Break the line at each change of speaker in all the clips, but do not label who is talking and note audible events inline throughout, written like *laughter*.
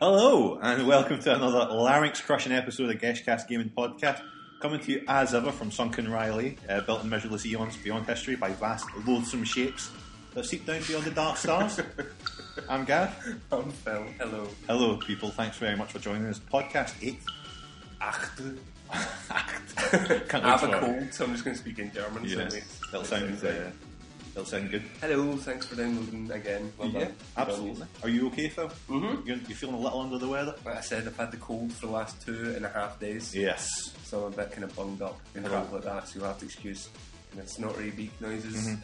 Hello, and welcome to another larynx crushing episode of Geshcast Gaming Podcast. Coming to you as ever from Sunken Riley, uh, built in measureless eons beyond history by vast, loathsome shapes that seep down beyond the dark *laughs* stars. I'm Gav.
I'm Phil. Hello.
Hello, people. Thanks very much for joining us. Podcast 8.
Acht. *laughs*
Can't
I have
wait for
a
it.
cold, so I'm just going to speak in German. so
Yes.
it-
That'll
it
sound,
sounds
uh,
like-
that'll sound good.
Hello, thanks for downloading again. Well
Yeah,
done.
absolutely. Are you okay, Phil? Mm-hmm. You're, you're feeling a little under the weather?
Like I said, I've had the cold for the last two and a half days,
Yes.
so I'm a bit kind of bunged up and
Crap.
crap like that, so you'll have to excuse kind of snortery beak noises,
Mm-hmm.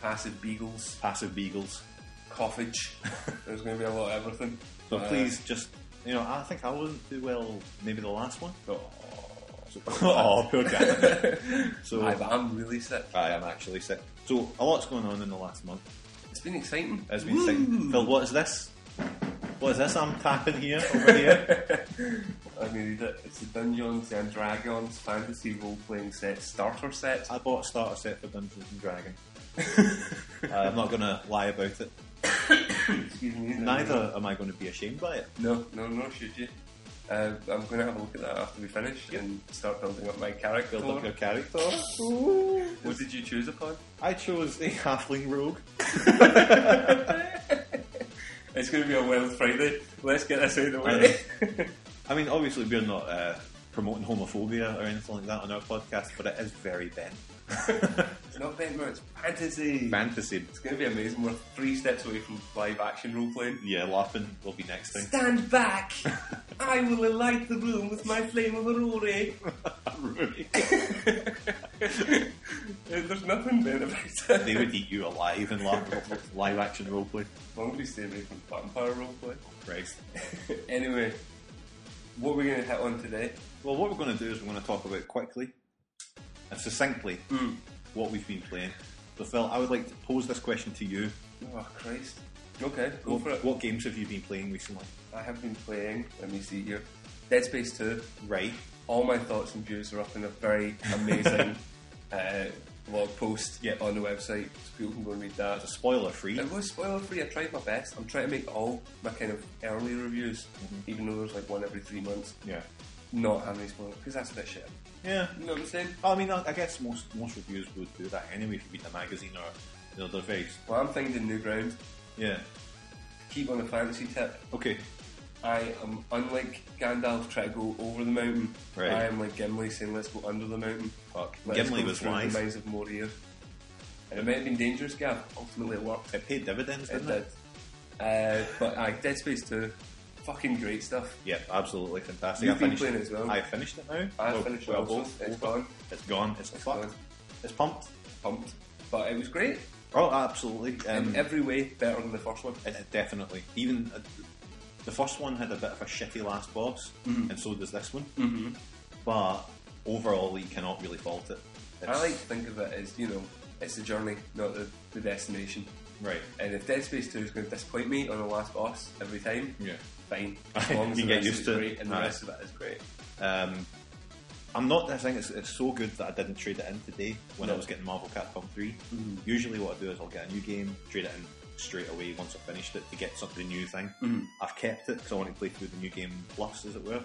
passive beagles,
Passive beagles.
coughage. *laughs* There's going to be a lot of everything.
So
Uh,
please just, you know, I think I wasn't too well, maybe the last one.
Oh,
*laughs* oh, poor
*laughs*
guy. so
aye, but I'm really sick.
I am actually sick. So a lot's going on in the last month.
It's been exciting.
It's been sick. Phil, what is this? What is this I'm tapping here over here? *laughs*
I needed it. It's the Dungeons and Dragons fantasy role playing set starter
*laughs*
set. Uh,
I bought a starter set for Dungeons and Dragons. I'm not going to lie about it.
Excuse me.
Neither am I going to be ashamed by it.
No, no, no. Should you? Uh, I'm going to have a look at that after we finish and start building up my character.
Build up your character.
What did you choose upon?
I chose a halfling rogue.
It's going to be a wild Friday. Let's get this out of the
I
way.
know. I mean, obviously, we're not uh, promoting homophobia or anything like that on our podcast, but it is very
*laughs*
bent.
*laughs* it's not very much fantasy.
Fantasy.
It's going to be amazing. We're three steps away from live action role playing.
Yeah, laughing will be next thing. *laughs*
Stand back! I will light the room with my flame of Aurora.
Rudy.
*laughs* There's nothing bad about
they
it.
would eat you alive in live, live action roleplay.
Longly stay away from vampire roleplay.
Christ.
*laughs* anyway, what are we going to hit on today?
Well, what we're going to do is we're going to talk about quickly and succinctly
Hmm.
what we've been playing. So, Phil, I would like to pose this question to you.
Oh, Christ. Okay, go
What,
for it.
what games have you been playing recently?
I have been playing, let me see here, Dead Space 2.
Right.
All my thoughts and views are up in a very amazing uh, blog post
Yeah.
on the website, so people can go and read that.
That's a spoiler free.
It was spoiler free. I tried my best. I'm trying to make all my kind of early reviews, even though there's like one every three months,
Yeah.
not having any spoilers because that's a bit shit.
Yeah.
You know what I'm saying?
I mean, I I guess most most reviews would do that anyway if you read the magazine or, you know, they're very.
Well, I'm finding new ground.
Yeah.
Keep on the fantasy tip.
Okay.
I am unlike Gandalf trying to go over the mountain.
Right.
I am like Gimli saying, "Let's go under the mountain."
Fuck.
Let's
Gimli
go
was
through
wise.
The mines of Moria. And it may have been dangerous, Gav. Ultimately, it worked. It,
It paid dividends, didn't it?
did. Uh, but I Dead Space Two, fucking great stuff.
Yeah, absolutely fantastic.
You've
I
been
finished
playing
it
as well.
I finished it now.
I finished it also.
both-
It's
both-
gone.
It's gone. It's, fucked.
gone.
It's pumped.
Pumped, but it was great
Oh, absolutely. Um,
in every way, better than the first one.
it- it definitely. Even uh, the first one had a bit of a shitty last boss, and so does this one. Mm-hmm. But overall, you cannot really fault it.
I
It's-
like to think of it as you know, it's the journey, not the, the destination.
Right.
And if Dead Space Two is going to disappoint me on the last boss every time,
Yeah.
fine. As
Aye, *laughs*
long
you
as the
can get
rest
used
is
to it.
great, and the
Aye.
rest of it is great.
Um, I'm not. I think it's, it's so good that I didn't trade it in today when I
No.
was getting Marvel Capcom 3. Usually, what I do is I'll get a new game, trade it in straight away once I've finished it to get something new thing. I've kept it because I want to play through the new game plus, as it were,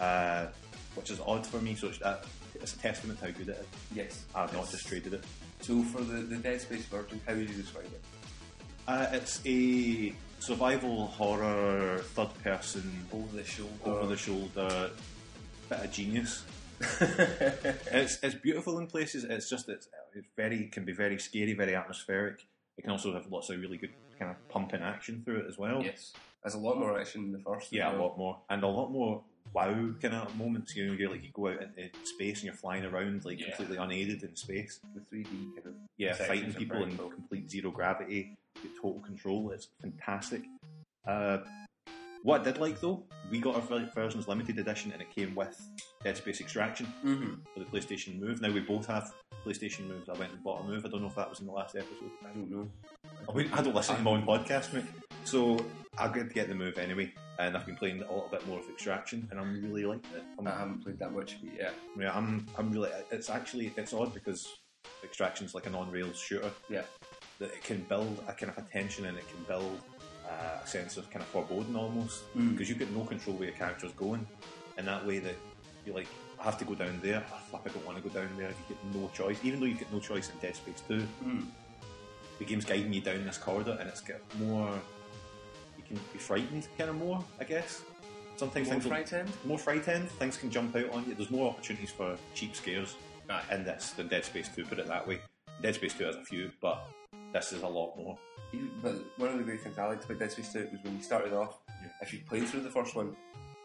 uh, which is odd for me. So it's, uh, it's a testament to how good it is.
Yes.
I've Ah, not just traded it.
So for the, the Dead Space version, how would you describe it?
Uh, it's a survival horror third person
Over the shoulder.
over
*laughs*
the shoulder bit of genius. it's it's beautiful in places. It's just it's, it's very can be very scary, very atmospheric. It can also have lots of really good kind of pumping action through it as well.
Yes. There's a lot more action in the first. as
Yeah, a
well.
lot more and a lot more wow kind of moments. You know, you're like you go out into space and you're flying around like
Yeah.
completely unaided in space.
The 3D kind of.
Yeah,
sections
fighting
are
people
very
in
cool.
complete zero gravity, you get total control. It's fantastic. Uh, what I did like though, we got our ver- version's limited edition and it came with Dead Space Extraction
Mm-hmm.
for the PlayStation Move. Now we both have PlayStation Moves. I went and bought a Move. I don't know if that was in the last episode.
I don't know.
I, mean, I don't listen to my own podcast, mate. So I got to get the Move anyway, and I've been playing a little bit more of Extraction, and I'm really liking it. I'm,
I haven't played that much of it yet.
yeah, I'm, I'm really. It's actually it's odd because Extraction's like an on rails shooter
Yeah.
that it can build a kind of a tension and it can build uh, a sense of kind of foreboding almost
Mm.
because you've got no control where your character's going, and that way that you're like, I have to go down there. Oh, flip, I don't want to go down there. You get no choice, even though you get no choice in Dead Space Two.
Mm.
The game's guiding you down this corridor, and it's got more. You can be frightened, kind of more, I guess. Sometimes
More
things will-
frightened?
more frightened. Things can jump out on you. There's more opportunities for cheap scares
Aye.
in this than Dead Space 2. Put it that way. Dead Space 2 has a few, but this is a lot more.
You, but one of the great things I liked about Dead Space 2 was when you started off,
Yeah.
if you played through the first one,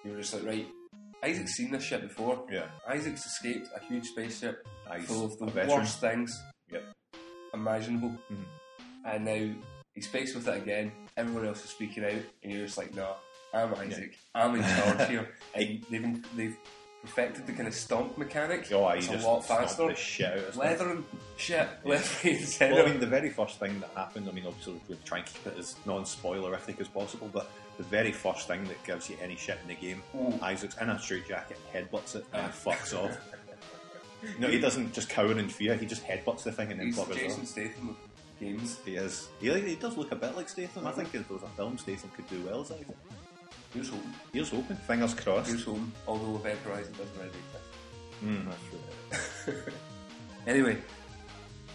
you were just like, right, Isaac's seen this shit before.
Yeah,
Isaac's escaped a huge spaceship
nice.
full of the
a veteran.
worst things
Yep.
imaginable.
Mhm.
And now he's faced with it again. Everyone else is speaking out, and you're just like, no, I'm Isaac. I'm in charge *laughs* here. And they've, they've perfected the kind of stomp mechanic.
Oh, you
it's a
just
lot
knocked
faster.
The shit out of stuff.
Leather and shit, left, right, and
Well, I
centre.
mean, the very first thing that happened, I mean, obviously, we're trying to keep it as non spoilerific as possible, but the very first thing that gives you any shit in the game,
Ooh.
Isaac's in a straitjacket, headbutts it,
*laughs*
and fucks off. No, he doesn't just cower in fear, he just headbutts the thing and then
He's
buggers off.
Jason Statham of games.
He is. He, he does look a bit like Statham. I
Mhm.
think if there was a film, Statham could do well as Isaac.
Here's home.
Here's hoping. Fingers crossed.
Here's home. Although Event Horizon doesn't really exist.
Mm, that's true.
Anyway,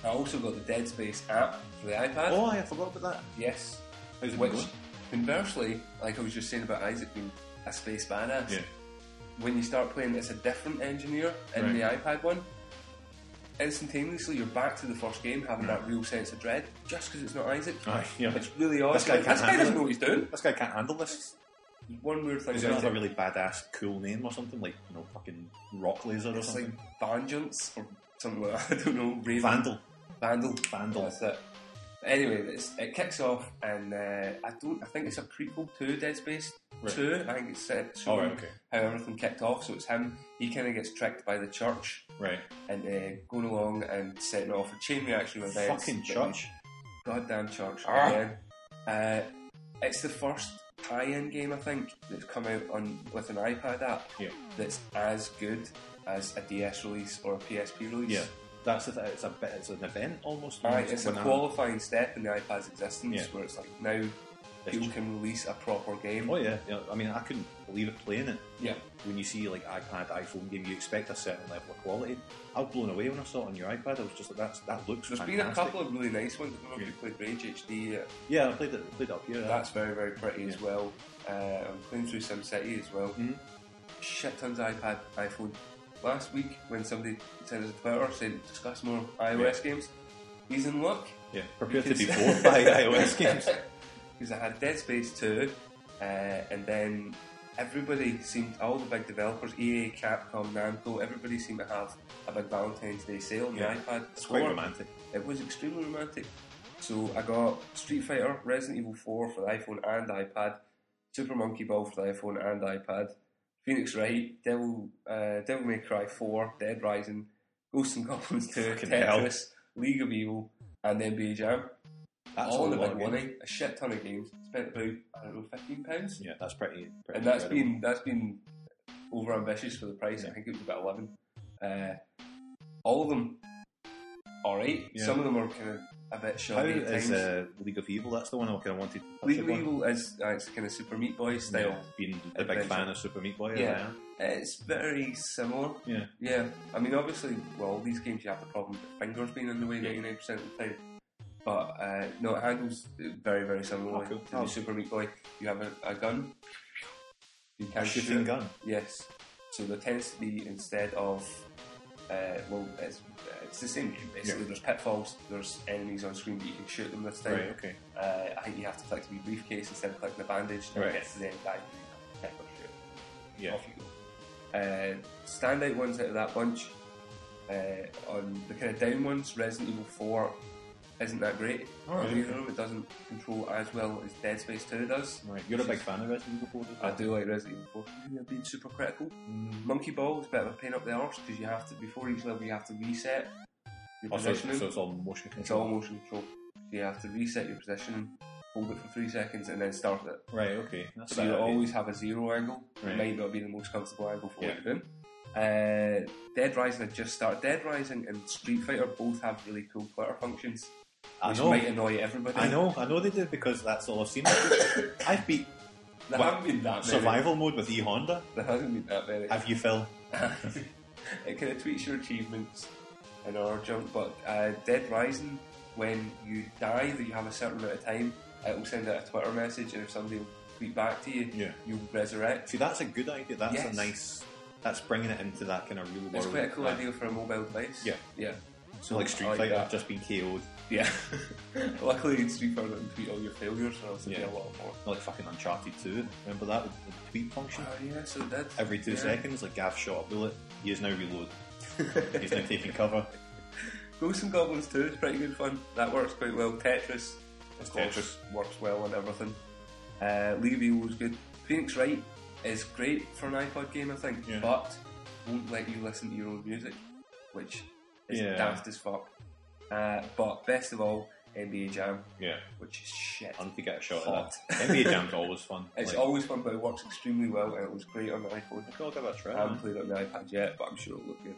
I also got the Dead Space app for the iPad.
Oh, I forgot about that.
Yes.
How's it
Which,
going?
conversely, like I was just saying about Isaac being a space badass,
Yeah.
when you start playing, it's a different engineer in
Right.
the iPad one. Instantaneously, you're back to the first game, having that real sense of dread, just because it's not Isaac.
Aye, Ah, yeah.
It's really odd.
This guy
Like,
can't
this guy
handle
doesn't
it.
know what he's doing.
This guy can't handle this.
One weird thing
Does it
about
have a
it,
really badass, cool name or something like you know, fucking rock laser or
it's like
something?
Vengeance or something like that. *laughs* I don't know. Raven.
Vandal,
Vandal.
Vandal.
That's it. uh, Anyway, it's, it kicks off, and uh, I don't. I think it's a prequel to Dead Space
Right.
Two. I think it's set
Oh, right, okay.
how everything kicked off. So it's him. He kind of gets tricked by the church
right?
and uh, going along and setting off a chain reaction of events.
Fucking
But
church.
goddamn church
Ah.
again. Uh, it's the first tie-in game I think that's come out on with an iPad app
Yeah,
that's as good as a DS release or a PSP release.
yeah. That's the thing. It's a bit. It's an event almost.
Aye, it's a
When I-
qualifying step in the iPad's existence
Yeah.
where it's like now
It's
people
ju-
can release a proper game.
Oh yeah, yeah. I mean, I couldn't believe it playing it.
Yeah.
When you see like iPad, iPhone game, you expect a certain level of quality. I was blown away when I saw it on your iPad. I was just like, "That's that looks."
There's
fantastic.
been a couple of really nice ones. I don't know if
Yeah.
you played Rage HD. uh,
Yeah, I played it. Played it up here.
That's very, very pretty as
Yeah.
well. Uh, I'm playing through SimCity as well.
Mhm.
Shit tons of iPad, iPhone. Last week, when somebody sent us a Twitter saying discuss more iOS games, he's in luck
yeah. Prepare to
*laughs* Because-
be bored *laughs* by iOS games.
because I had Dead Space 2, uh, and then everybody seemed, all the big developers, EA, Capcom, Namco, everybody seemed to have a big Valentine's Day sale on
Yeah.
the iPad.
It's quite
Or-
romantic.
it was extremely romantic. So I got Street Fighter, Resident Evil 4 for the iPhone and iPad, Super Monkey Ball for the iPhone and iPad, Phoenix Wright, Devil, uh, Devil May Cry 4, Dead Rising, Ghosts and Goblins 2,
Fucking hell.
Tetris, League of Evil, and NBA Jam.
That's
all in
a lot
about
of games.
money, a shit ton of games. Spent about I don't know fifteen pounds,
Yeah, that's pretty. pretty
and that's
incredible.
been that's been over ambitious for the price. I
Yeah.
think it was about eleven. Uh, all of them, all right.
Yeah.
Some of them are kind of a bit
How
shoddy at
is
times.
uh, League of Evil? That's the one I kind of wanted. to touch
League of
upon.
Evil is uh, it's kind of Super Meat Boy style.
Yeah, being a big
Adventure.
fan of Super Meat Boy.
Yeah.
Yeah.
It's very similar.
Yeah.
Yeah. I mean, obviously, well, all these games you have the problem with the fingers being in the way
Yeah.
99% of the time. But uh, no, it handles very, very similarly
Oh, cool.
to the Super Meat Boy. You have a, a gun. You
A
can shoot
shooting
it.
gun.
Yes. So there tends to be instead of, uh, well, it's, it's the same game basically.
Yeah.
There's pitfalls, there's enemies on screen, but you can shoot them this time.
Right. Okay.
Uh, I think you have to click the wee briefcase instead of clicking the bandage. And
Right.
It gets to the end, die, and you have to click or shoot.
Yeah.
Off you go. Uh, standout ones out of that bunch. Uh, on the kind of down ones, Resident Evil 4 isn't that great.
Alright.
You know, it doesn't control as well as Dead Space 2 does.
Right. You're a big fan of Resident Evil 4. as
I
well?
do like Resident Evil 4. I've been super critical.
Mm.
Monkey Ball is a bit of a pain up the arse because you have to, before each level, you have to reset your
Oh, so,
positioning.
so it's all motion
It's
control.
all motion control. So you have to reset your position, hold it for three seconds, and then start it.
Right. Okay. That's
So you
about it.
always have a zero angle. It
Right.
might not be the most comfortable angle for
Yeah.
what you're doing. Uh, Dead Rising had just started. Dead Rising and Street Fighter both have really cool Twitter functions.
I
which
know.
might annoy everybody.
I know, I know they do because that's all I've
*laughs*
seen. I've beat
There
Well,
haven't been that many.
survival mode with E Honda.
There hasn't been that many.
Have you, Phil?
*laughs* it kind of tweaks your achievements and or junk, but uh, Dead Rising, when you die, that you have a certain amount of time, it will send out a Twitter message, and if somebody will tweet back to you,
Yeah.
you'll resurrect.
See, that's a good idea. That's
Yes.
a nice. That's bringing it into that kind of real world.
It's quite a cool
Aye.
idea Oh, for a mobile device.
Yeah.
Yeah.
So like Street
I like
Fighter,
that.
just been KO'd.
Yeah. *laughs* Luckily, in Street Fighter, you can tweet all your failures, or else there'd
Yeah.
be a lot more.
Like fucking Uncharted 2. Remember that with the tweet function?
Oh, yeah, so that.
Every two
yeah.
seconds, like Gav shot a bullet. He is now
*laughs*
reload. He's now taking cover.
Ghosts and Goblins 2 is pretty good fun. That works quite well. Tetris, of course,
Tetris.
works well on everything. Uh, League of Evil is good. Phoenix Wright is great for an iPod game, I think,
Yeah.
but won't let you listen to your own music, which is
Yeah.
daft as fuck. Uh, but best of all, NBA Jam,
Yeah,
which is shit.
fun to get a shot
Hot.
at that. NBA Jam's always fun.
*laughs* It's
like,
always fun, but it works extremely well, and it was great on the iPhone.
I'll give it a try.
I haven't played it on the iPad yet, but I'm sure it'll look good.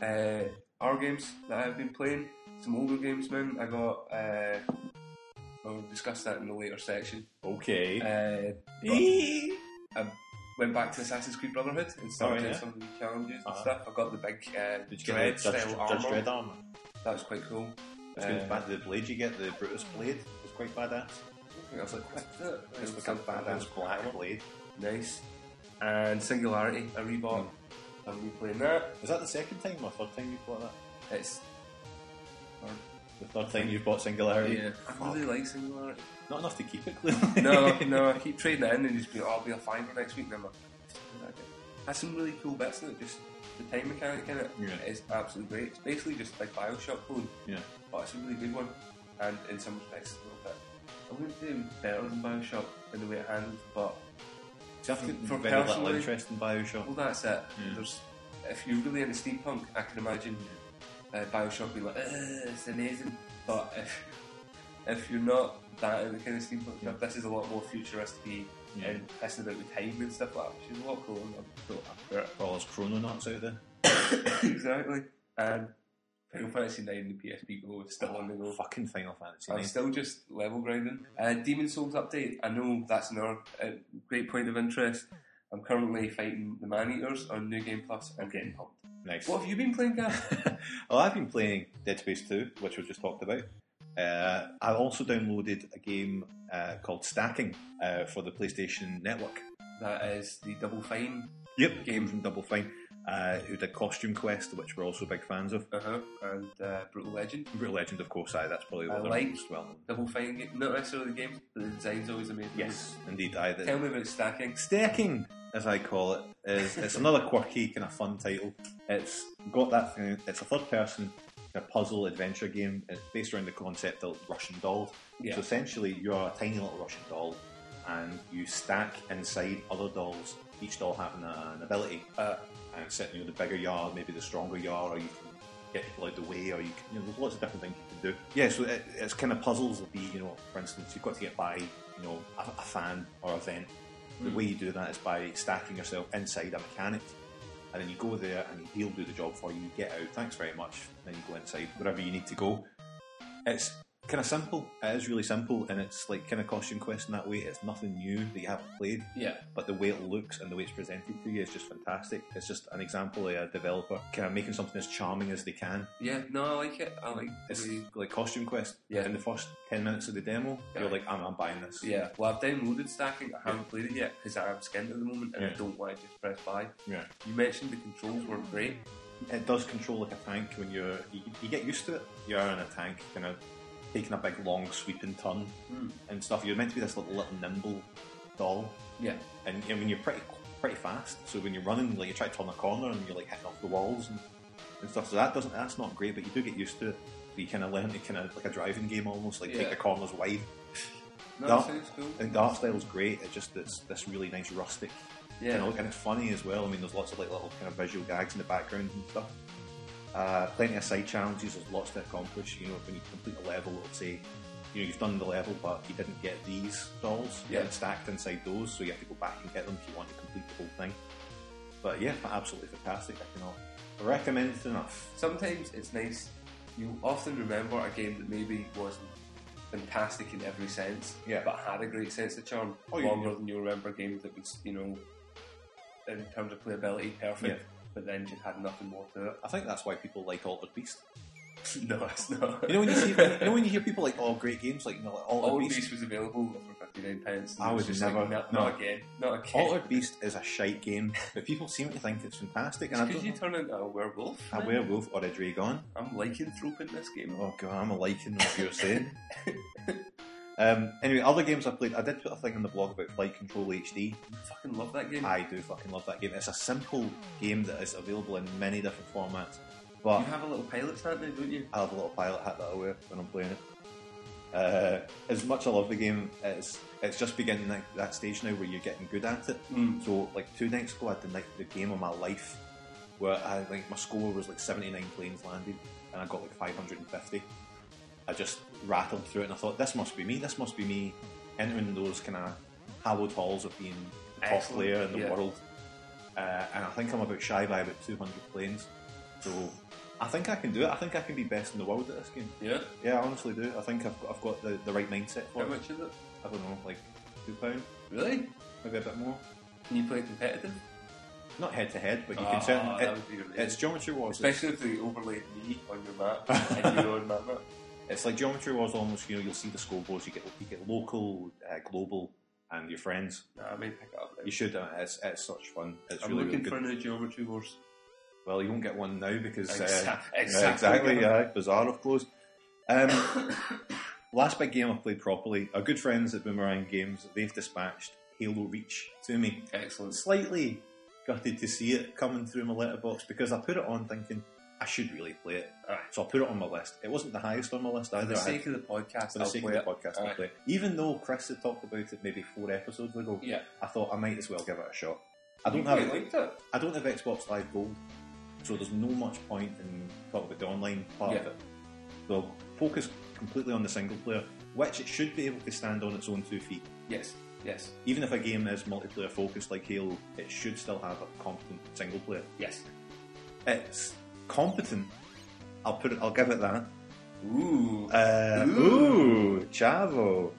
Uh, our games that I've been playing, some older games, man. I got. Uh, I'll discuss that in the later section.
Okay.
Uh,
Eee.
went back to Assassin's Creed Brotherhood and started
Oh, yeah.
doing some of the challenges
Uh-huh.
and stuff. I got the big uh,
Did you get
Dread
the
style
Judge,
armor.
Judge Dredd armor?
That was quite cool.
It's good.
Uh,
Bad- the blade you get, the Brutus blade, was quite badass.
I think I was like, what's that?
It's
It
like a
was like
badass black blade.
Nice. And Singularity, I rebought.
Hmm.
I'm replaying that.
Is that the second time or third time you bought that?
It's
The third time you've bought Singularity?
I really like Singularity.
Not enough to keep it clearly.
*laughs* no,
*laughs*
no, I keep trading it in and just be, oh, I'll be a fiver next week. And I'm like, "Fucking heck, it has some really cool bits in it. Just the time mechanic in it
Yeah.
is absolutely great. It's basically just like Bioshock clone,
Yeah.
but it's a really good one. And in some respects, it's a little bit. I wouldn't say it's better than Bioshock in the way it handled, but
So I've got
For
very little
personally-
interest in Bioshock.
well, that's it.
Yeah.
There's, if you're really into steampunk, I can imagine uh, Bioshock being like, "Ugh, it's amazing. But if, if you're not that into the kind of steampunk stuff, this is a lot more futuristic
Yeah.
and pissing about with time and stuff like that, which is a lot cooler. I'm still after
For all those chrononauts out there.
it. *coughs* exactly. Um, And Final Fantasy 9 the PSP Go is still on
*laughs*
the go.
Fucking Final Fantasy.
I'm
nine.
still just level grinding. Uh, Demon Souls update. I know that's another uh, great point of interest. I'm currently fighting the Man Eaters on New Game Plus. I'm getting pumped.
Nice. *laughs*
What have you been playing, Gav?
well, I've been playing Dead Space 2, which we just talked about. Uh, I also downloaded a game uh, called Stacking uh, for the PlayStation Network.
that is the Double Fine.
Yep, game from Double Fine, uh, who did Costume Quest, which we're also big fans of.
Uh-huh. And uh, Brutal Legend.
Brutal Legend, of course, aye, that's probably
I
what they're
like-
most well known.
Double Fine game. Not necessarily the game, but the design's always amazing.
Yes, indeed. Aye, the,
Tell me about stacking.
Stacking, as I call it, is it's another quirky kind of fun title. It's got that thing. It's a third-person kind of puzzle adventure game. It's based around the concept of Russian dolls.
Yeah.
So essentially, you are a tiny little Russian doll, and you stack inside other dolls. Each doll having a, an ability,
Uh,
and certainly you know, the bigger you are, maybe the stronger you are, or you can get people out of the way, or you can, you know, there's lots of different things you can do. Yeah, so it, it's kind of puzzles would be, you know, for instance, you've got to get by, you know, a, a fan or event. The
Mm.
way you do that is by stacking yourself inside a mechanic, and then you go there and he'll do the job for you. You get out, thanks very much, then you go inside wherever you need to go. It's kind of simple. It is really simple, and it's like kind of costume quest in that way. It's nothing new that you haven't played
yeah.
but the way it looks and the way it's presented to you is just fantastic. It's just an example of a developer kind of making something as charming as they can.
Yeah, no, I like it. I like
It's
the-
like Costume Quest.
Yeah.
In the first 10 minutes of the demo,
Mm-hmm. Yeah.
you're like, I'm, I'm buying this.
Yeah, well, I've downloaded Stacking. I haven't played it yet because I'm skinned at the moment and I
Yeah.
don't want to just press buy.
Yeah.
You mentioned the controls were great.
It does control like a tank when you're, you, you get used to it. You are in a tank, kind of taking a big long sweeping turn
Mm.
and stuff. You're meant to be this little, little nimble doll.
Yeah.
And I mean, you're pretty pretty fast. So when you're running, like you try to turn a corner and you're like hitting off the walls and, and stuff. So that doesn't that's not great, but you do get used to it. So you kind of learn to kind of like a driving game almost, like
Yeah.
take the corners wide.
No,
Dark-
sounds cool.
I think the art style's great. It's just it's this really nice rustic
Yeah.
kind of look, and it's funny as well. I mean, there's lots of like little kind of visual gags in the background and stuff. Uh, plenty of side challenges. There's lots to accomplish. You know, when you complete a level, it'll say, you know, you've done the level, but you didn't get these dolls. You
Yeah.
had stacked inside those, so you have to go back and get them if you want to complete the whole thing. But yeah, absolutely fantastic. I cannot recommend it enough.
Sometimes it's nice you'll often remember a game that maybe wasn't fantastic in every sense,
Yeah.
but had a great sense of charm.
Oh, yeah,
longer than you remember a game that was, you know, in terms of playability, perfect, but then just had nothing more to it. *laughs*
I think that's why people like Altered Beast.
no, it's not.
You know when you
*laughs*
see, you know when you hear people like, "Oh, great games," like you know, like Altered
All
Beast.
Beast was available for fifty nine pounds.
I would never-
not,
no.
not again, not again.
Altered
*laughs*
Beast is a shite game, but people seem to think it's fantastic. And I
Could
don't
you
know.
turn into a werewolf?
a werewolf or a dragon.
I'm lycanthroping this game.
Oh god, I'm liking what you're saying. um, anyway, other games I played, I did put a thing on the blog about Flight Control HD.
I fucking love that game.
I do fucking love that game. It's a simple game that is available in many different formats,
you
but
have a little pilot's hat now, don't you?
I have a little pilot hat that I wear when I'm playing it. Uh, as much I love the game, it's it's just beginning that, that stage now where you're getting good at it.
Mm.
So, like two nights ago, I had the, night, the game of my life where I like my score was like 79 planes landed, and I got like 550. I just rattled through it, and I thought, this must be me. This must be me entering those kind of hallowed halls of being the top
Excellent,
player in the
yeah.
world. Uh, and I think I'm about shy by about 200 planes. So, I think I can do it. I think I can be best in the world at this game.
Yeah.
Yeah, I honestly do. I think I've got, I've got the, the right mindset for
How
it.
much is it?
I don't know, like two pound,
Really?
maybe a bit more.
Can you play competitive?
Not head to head, but you
Ah,
can certainly.
that
it-
would be amazing.
it's Geometry Wars. It's,
Especially if they overlaid me on your
*laughs*
map and you on my map.
it's like Geometry Wars. Almost, you know, you'll see the scoreboards. You get you get local, uh, global, and your friends.
Nah, I may pick it up. Then.
You should. Uh, it's it's such fun. It's
I'm
really
looking
really good.
for a new Geometry Wars.
well, you won't get one now because uh,
Exa-
yeah, exactly.
Yeah.
Yeah, bizarre of course. Um, last big game I've played properly. Our good friends at Boomerang Games. They've dispatched Halo Reach to me.
*coughs* Excellent.
slightly gutted to see it coming through my letterbox because I put it on thinking I should really play it.
Aye.
So I put it on my list. It wasn't the highest on my list
For
either.
the
I had-
sake of the podcast,
for the
I'll
sake of
play
the
it.
podcast, I
Aye.
play it. Even though Chris had talked about it maybe four episodes ago,
Yeah.
I thought I might as well give it a shot. I
You
don't have
quite liked it.
I don't have Xbox Live Gold, so there's no much point in talking about the online part of
Yeah.
it. So focus completely on the single player, which it should be able to stand on its own two feet
Yes. Yes.
even if a game is multiplayer focused like Halo, it should still have a competent single player.
Yes.
It's competent. I'll put it. I'll give it that.
Ooh.
Uh,
Ooh.
ooh, Chavo.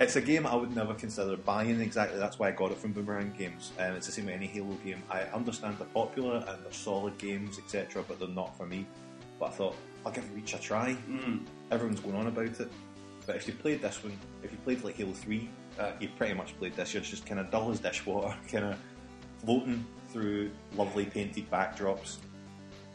It's a game I would never consider buying exactly. That's why I got it from Boomerang Games. Um, it's the same with any Halo game. I understand they're popular and they're solid games, etc., but they're not for me. But I thought I'll give Reach a try.
Mm.
Everyone's going on about it. But if you played this one, if you played like Halo Three, uh,
Aye.
you pretty much played this. You're just kind of dull as dishwater, *laughs* kind of floating through lovely painted backdrops.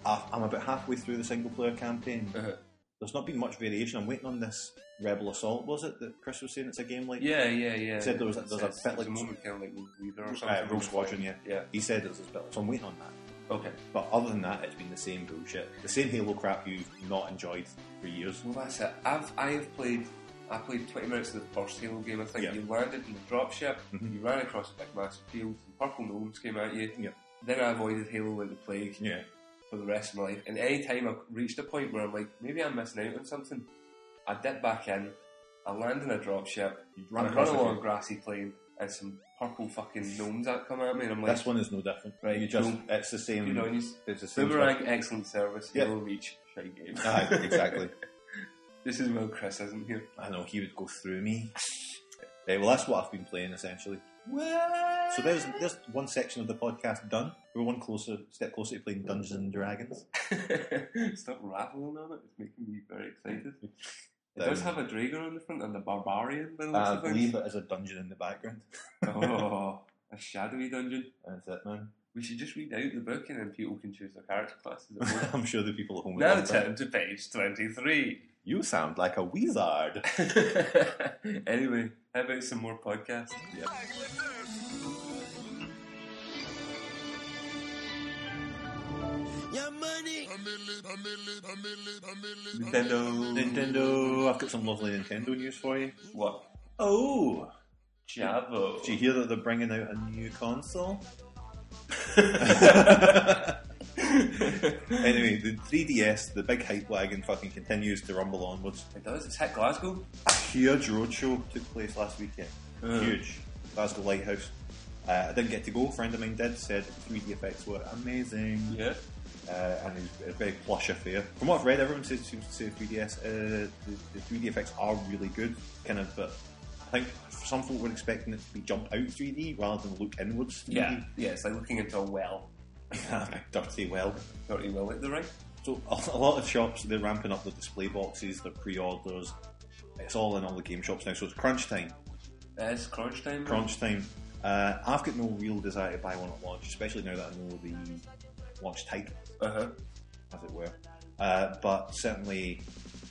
I- I'm about halfway through the single player campaign.
Uh-huh.
There's not been much variation. I'm waiting on this Rebel Assault. Was it that Chris was saying it's a game like?
Yeah, yeah, yeah.
Said there was a- there's a
It's-
bit
it's
like-
moment kind of like Rogue Leader or
Uh,
something.
Rogue Squadron, yeah.
Yeah.
He said it was this bit, so I'm waiting on that.
Okay.
But other than that, it's been the same bullshit, the same Halo crap you've not enjoyed for years.
Well, that's it. I've I have played. I played 20 minutes of the first Halo game. I think
Yeah.
you landed in the dropship.
Mhm.
You ran across a big massive field. And purple gnomes came at you.
Yeah.
Then I avoided Halo and the plague
Yeah,
for the rest of my life. And any time I reached a point where I'm like, maybe I'm missing out on something, I dip back in. I land in a dropship.
you
I
run
run
across the
along a
field.
grassy plain, and some purple fucking gnomes that come at me, and I'm like,
This one is no different.
Right,
you just
cool.
it's the same.
good on yous.
It's the same. stuff.
Boomerang, excellent service.
Yeah.
Halo Reach, shite game.
Aye,
*laughs*
exactly.
This is Will Chris isn't here.
I know he would go through me. Yeah, well, that's what I've been playing essentially. So there's there's one section of the podcast done. We're one closer, step closer to playing Dungeons and Dragons.
*laughs* Stop rattling on it. It's making me very excited. It
Down.
does have a dragon on the front and a barbarian by the looks
I
of things.
believe *laughs* it is a dungeon in the background.
*laughs* Oh, a shadowy dungeon.
That's it, man. *laughs*
We should just read out the book and then people can choose their character classes.
*laughs*
at once.
I'm sure the people at home. would
now
love that.
turn to page 23.
You sound like a wizard.
*laughs* anyway, how about some more podcasts?
Yeah, money.
Nintendo.
Nintendo. I've got some lovely Nintendo news for you.
What?
Oh,
Javo.
did
*laughs*
you hear that they're bringing out a new console? *laughs* Anyway, the 3DS, the big hype wagon, fucking continues to rumble onwards.
It does. It's hit Glasgow.
A huge roadshow took place last weekend.
Uh.
Huge. Glasgow Lighthouse. Uh, I didn't get to go, a friend of mine did, said the 3D effects were amazing.
Yeah.
uh, and it's a very plush affair. From what I've read, everyone says, seems to say 3DS, uh, the, the 3D effects are really good, kind of, but I think some folk were expecting it to be jump out 3D rather than look inwards 3D. *laughs*
Yeah, yeah, it's like looking into a well.
Big dirty well.
Dirty well at the right.
So a a lot of shops, they're ramping up their display boxes, their pre-orders. It's all in all the game shops now, so it's crunch time.
Mm-hmm. It's crunch time. man.
crunch time. Uh, I've got no real desire to buy one at launch, especially now that I know the launch title,
Uh-huh.
as it were. Uh, but certainly,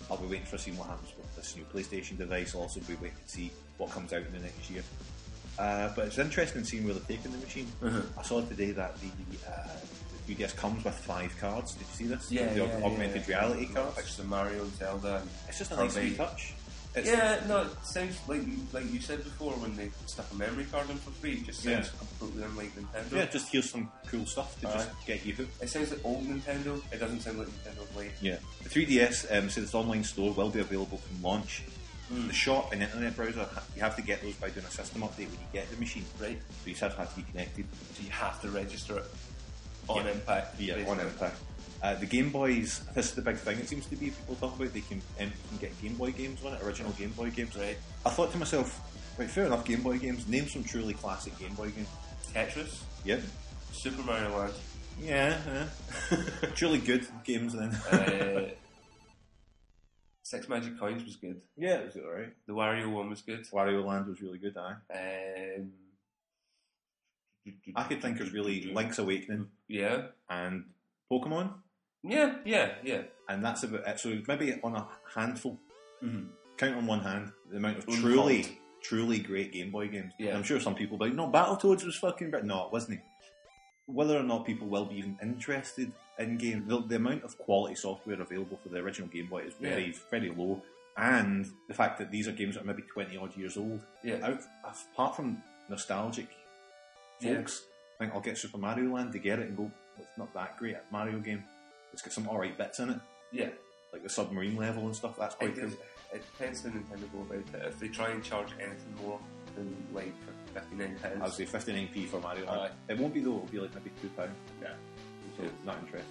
I'll be waiting for seeing what happens with this new PlayStation device. I'll also be waiting to see what comes out in the next year. Uh, but it's interesting seeing where they're taking the machine.
Uh-huh.
I saw today that the, uh, the 3DS comes with five cards. Did you see this?
Yeah,
the
yeah,
aug-
yeah,
augmented
yeah.
reality
Like
cards.
some Mario, Zelda. And
It's just a nice
Probably.
wee touch. It's,
yeah, no, it sounds like you, like you said before when they stuff a memory card in for free. It just sounds
Yeah.
completely unlike Nintendo.
yeah, just here's some cool stuff to just
Aye.
get you hooked.
It sounds like old Nintendo. It doesn't sound like Nintendo of late.
Yeah. The 3DS um, says its online store will be available from launch. The shop and internet browser, ha- you have to get those by doing a system update when you get the machine.
Right.
So you have had to be connected.
So you have to register it on
Yeah.
Impact.
Yeah, on impact. Uh, the Game Boys, this is the big thing it seems to be people talk about. They can, um, can get Game Boy games on it, original Game Boy games.
Right.
I thought to myself, right, fair enough, Game Boy games, name some truly classic Game Boy games.
Tetris,
Yep.
Super Mario Land,
Yeah, yeah. truly good games *laughs* then.
uh, Six Magic Coins was good.
yeah, it was alright.
The Wario one was good.
Wario Land was really good, aye.
Um,
I could think of really Link's Awakening
Yeah,
and Pokemon,
yeah, yeah, yeah.
and that's about it. So maybe on a handful,
Mm-hmm.
count on one hand, the amount of
Untold.
truly, truly great Game Boy games.
Yeah.
I'm sure some people will be like, no, Battletoads was fucking great. No, it wasn't. Whether or not people will be even interested in games, the, the amount of quality software available for the original Game Boy is very, very low. And the fact that these are games that are maybe 20 odd years old,
Yeah,
out, apart from nostalgic
Yeah.
folks, I think I'll get Super Mario Land to get it and go, well, it's not that great a Mario game. It's got some alright bits in it,
yeah.
like the submarine level and stuff. That's
It,
quite cool.
depends- it depends how Nintendo go about it. If they try and charge anything more than like fifty nine
I would
pounds,
say 59p for Mario Land.
Aye.
It won't be though, it'll be like maybe £2.
Yeah.
So, not interested.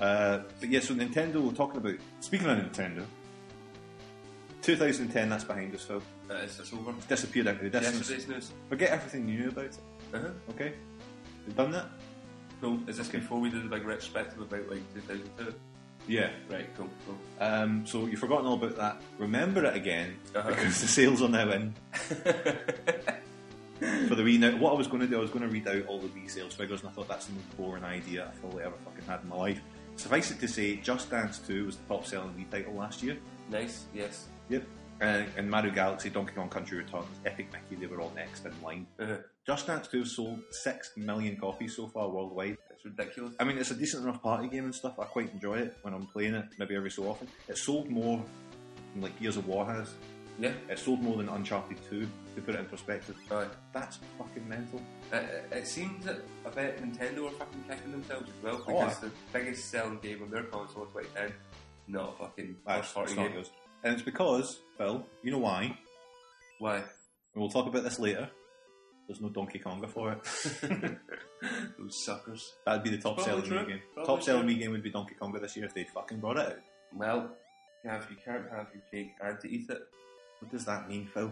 Uh, but yeah, so Nintendo, we're talking about, speaking of Nintendo, 2010, that's behind us, Phil.
uh, it's, it's over.
It's disappeared into the distance.
Yesterday's news.
Forget everything you knew about it,
Uh-huh.
okay? We've done that?
Cool. Is this before we did the big retrospective about like 2002?
Yeah.
Right. Cool. Cool.
Um, so you've forgotten all about that. Remember it again
Uh-huh.
because the sales are now in for the Wii. Now, what I was going to do, I was going to read out all the Wii sales figures, and I thought that's the most boring idea I feel I ever fucking had in my life. Suffice it to say, Just Dance 2 was the top selling Wii title last year.
*laughs* Nice. Yes.
Yep. And, and Mario Galaxy, Donkey Kong Country Returns, Epic Mickey, they were all next in line.
Uh-huh.
Just Dance 2 has sold 6 million copies so far worldwide.
It's ridiculous.
I mean, it's a decent enough party game and stuff. I quite enjoy it when I'm playing it, maybe every so often. It sold more than like Gears of War has.
Yeah.
It sold more than Uncharted 2, to put it in perspective.
Aye.
That's fucking mental.
It, Uh, it seems that I bet Nintendo are fucking kicking themselves as well
Oh,
because the biggest selling game on their console in 2010 is not a fucking
That's
first party
it's not
game.
yours. And it's because, Phil, you know why, and
Why? *gasps*
we'll talk about this later. There's no Donkey Konga for
*laughs*
it.
Those suckers.
That'd be the top
Probably
selling
true.
Wii game.
Probably
top selling
true.
Wii game would be Donkey Konga this year if they'd fucking brought it out. *laughs*
Well, Gav, you can't have your cake and to eat it.
What does that mean, Phil?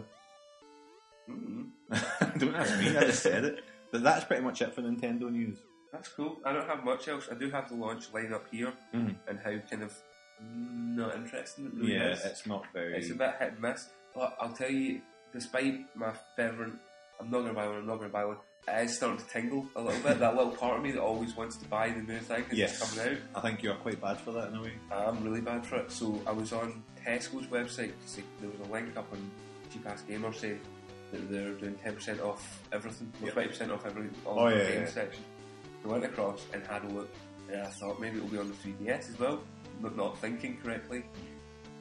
mm
Don't ask me, I just said it. But that's pretty much it for Nintendo news.
That's cool. I don't have much else. I do have the launch lineup here
Mhm.
and how kind of not interesting it really is.
it's not very.
It's a bit hit and miss, but I'll tell you, despite my fervent, I'm not gonna buy one, I'm not gonna buy one, it is starting to tingle a little bit. that little part of me that always wants to buy the new thing as
Yes.
it's coming
I think you're quite bad for that in a way.
out. I'm really bad for it. So I was on Tesco's website, see, there was a link up on Cheap Ass Gamer saying that they're doing 10% off everything, or
Yep.
20% off everything, all
Oh,
the
yeah,
game
yeah.
section. I went across and had a look, and I thought maybe it'll be on the 3DS as well, but not thinking correctly.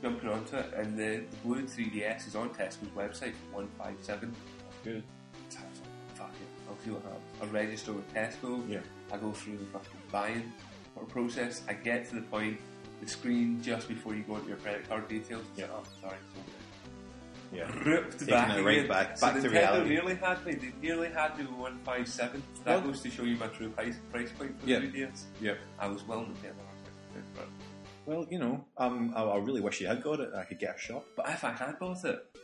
Jumping onto it, and the, the blue 3DS is on Tesco's website for 157.
Good.
So I was like, fuck it, I'll see what happens. I register with Tesco,
Yeah.
I go through the fucking buying sort of process, I get to the point, the screen just before you go into your credit card details,
Yeah.
oh, sorry, it's over.
Yeah. yeah.
ripped
Taking
back
it right
again.
back-
so
back to
Nintendo
reality.
nearly had me. They nearly had me with 157. That
Well-
goes to show you my true price, price point for
Yeah.
the 3DS.
Yeah.
I was well in the better market for it.
Well, you know, um, I, I really wish you had got it. and I could get a shot.
But if I had bought it,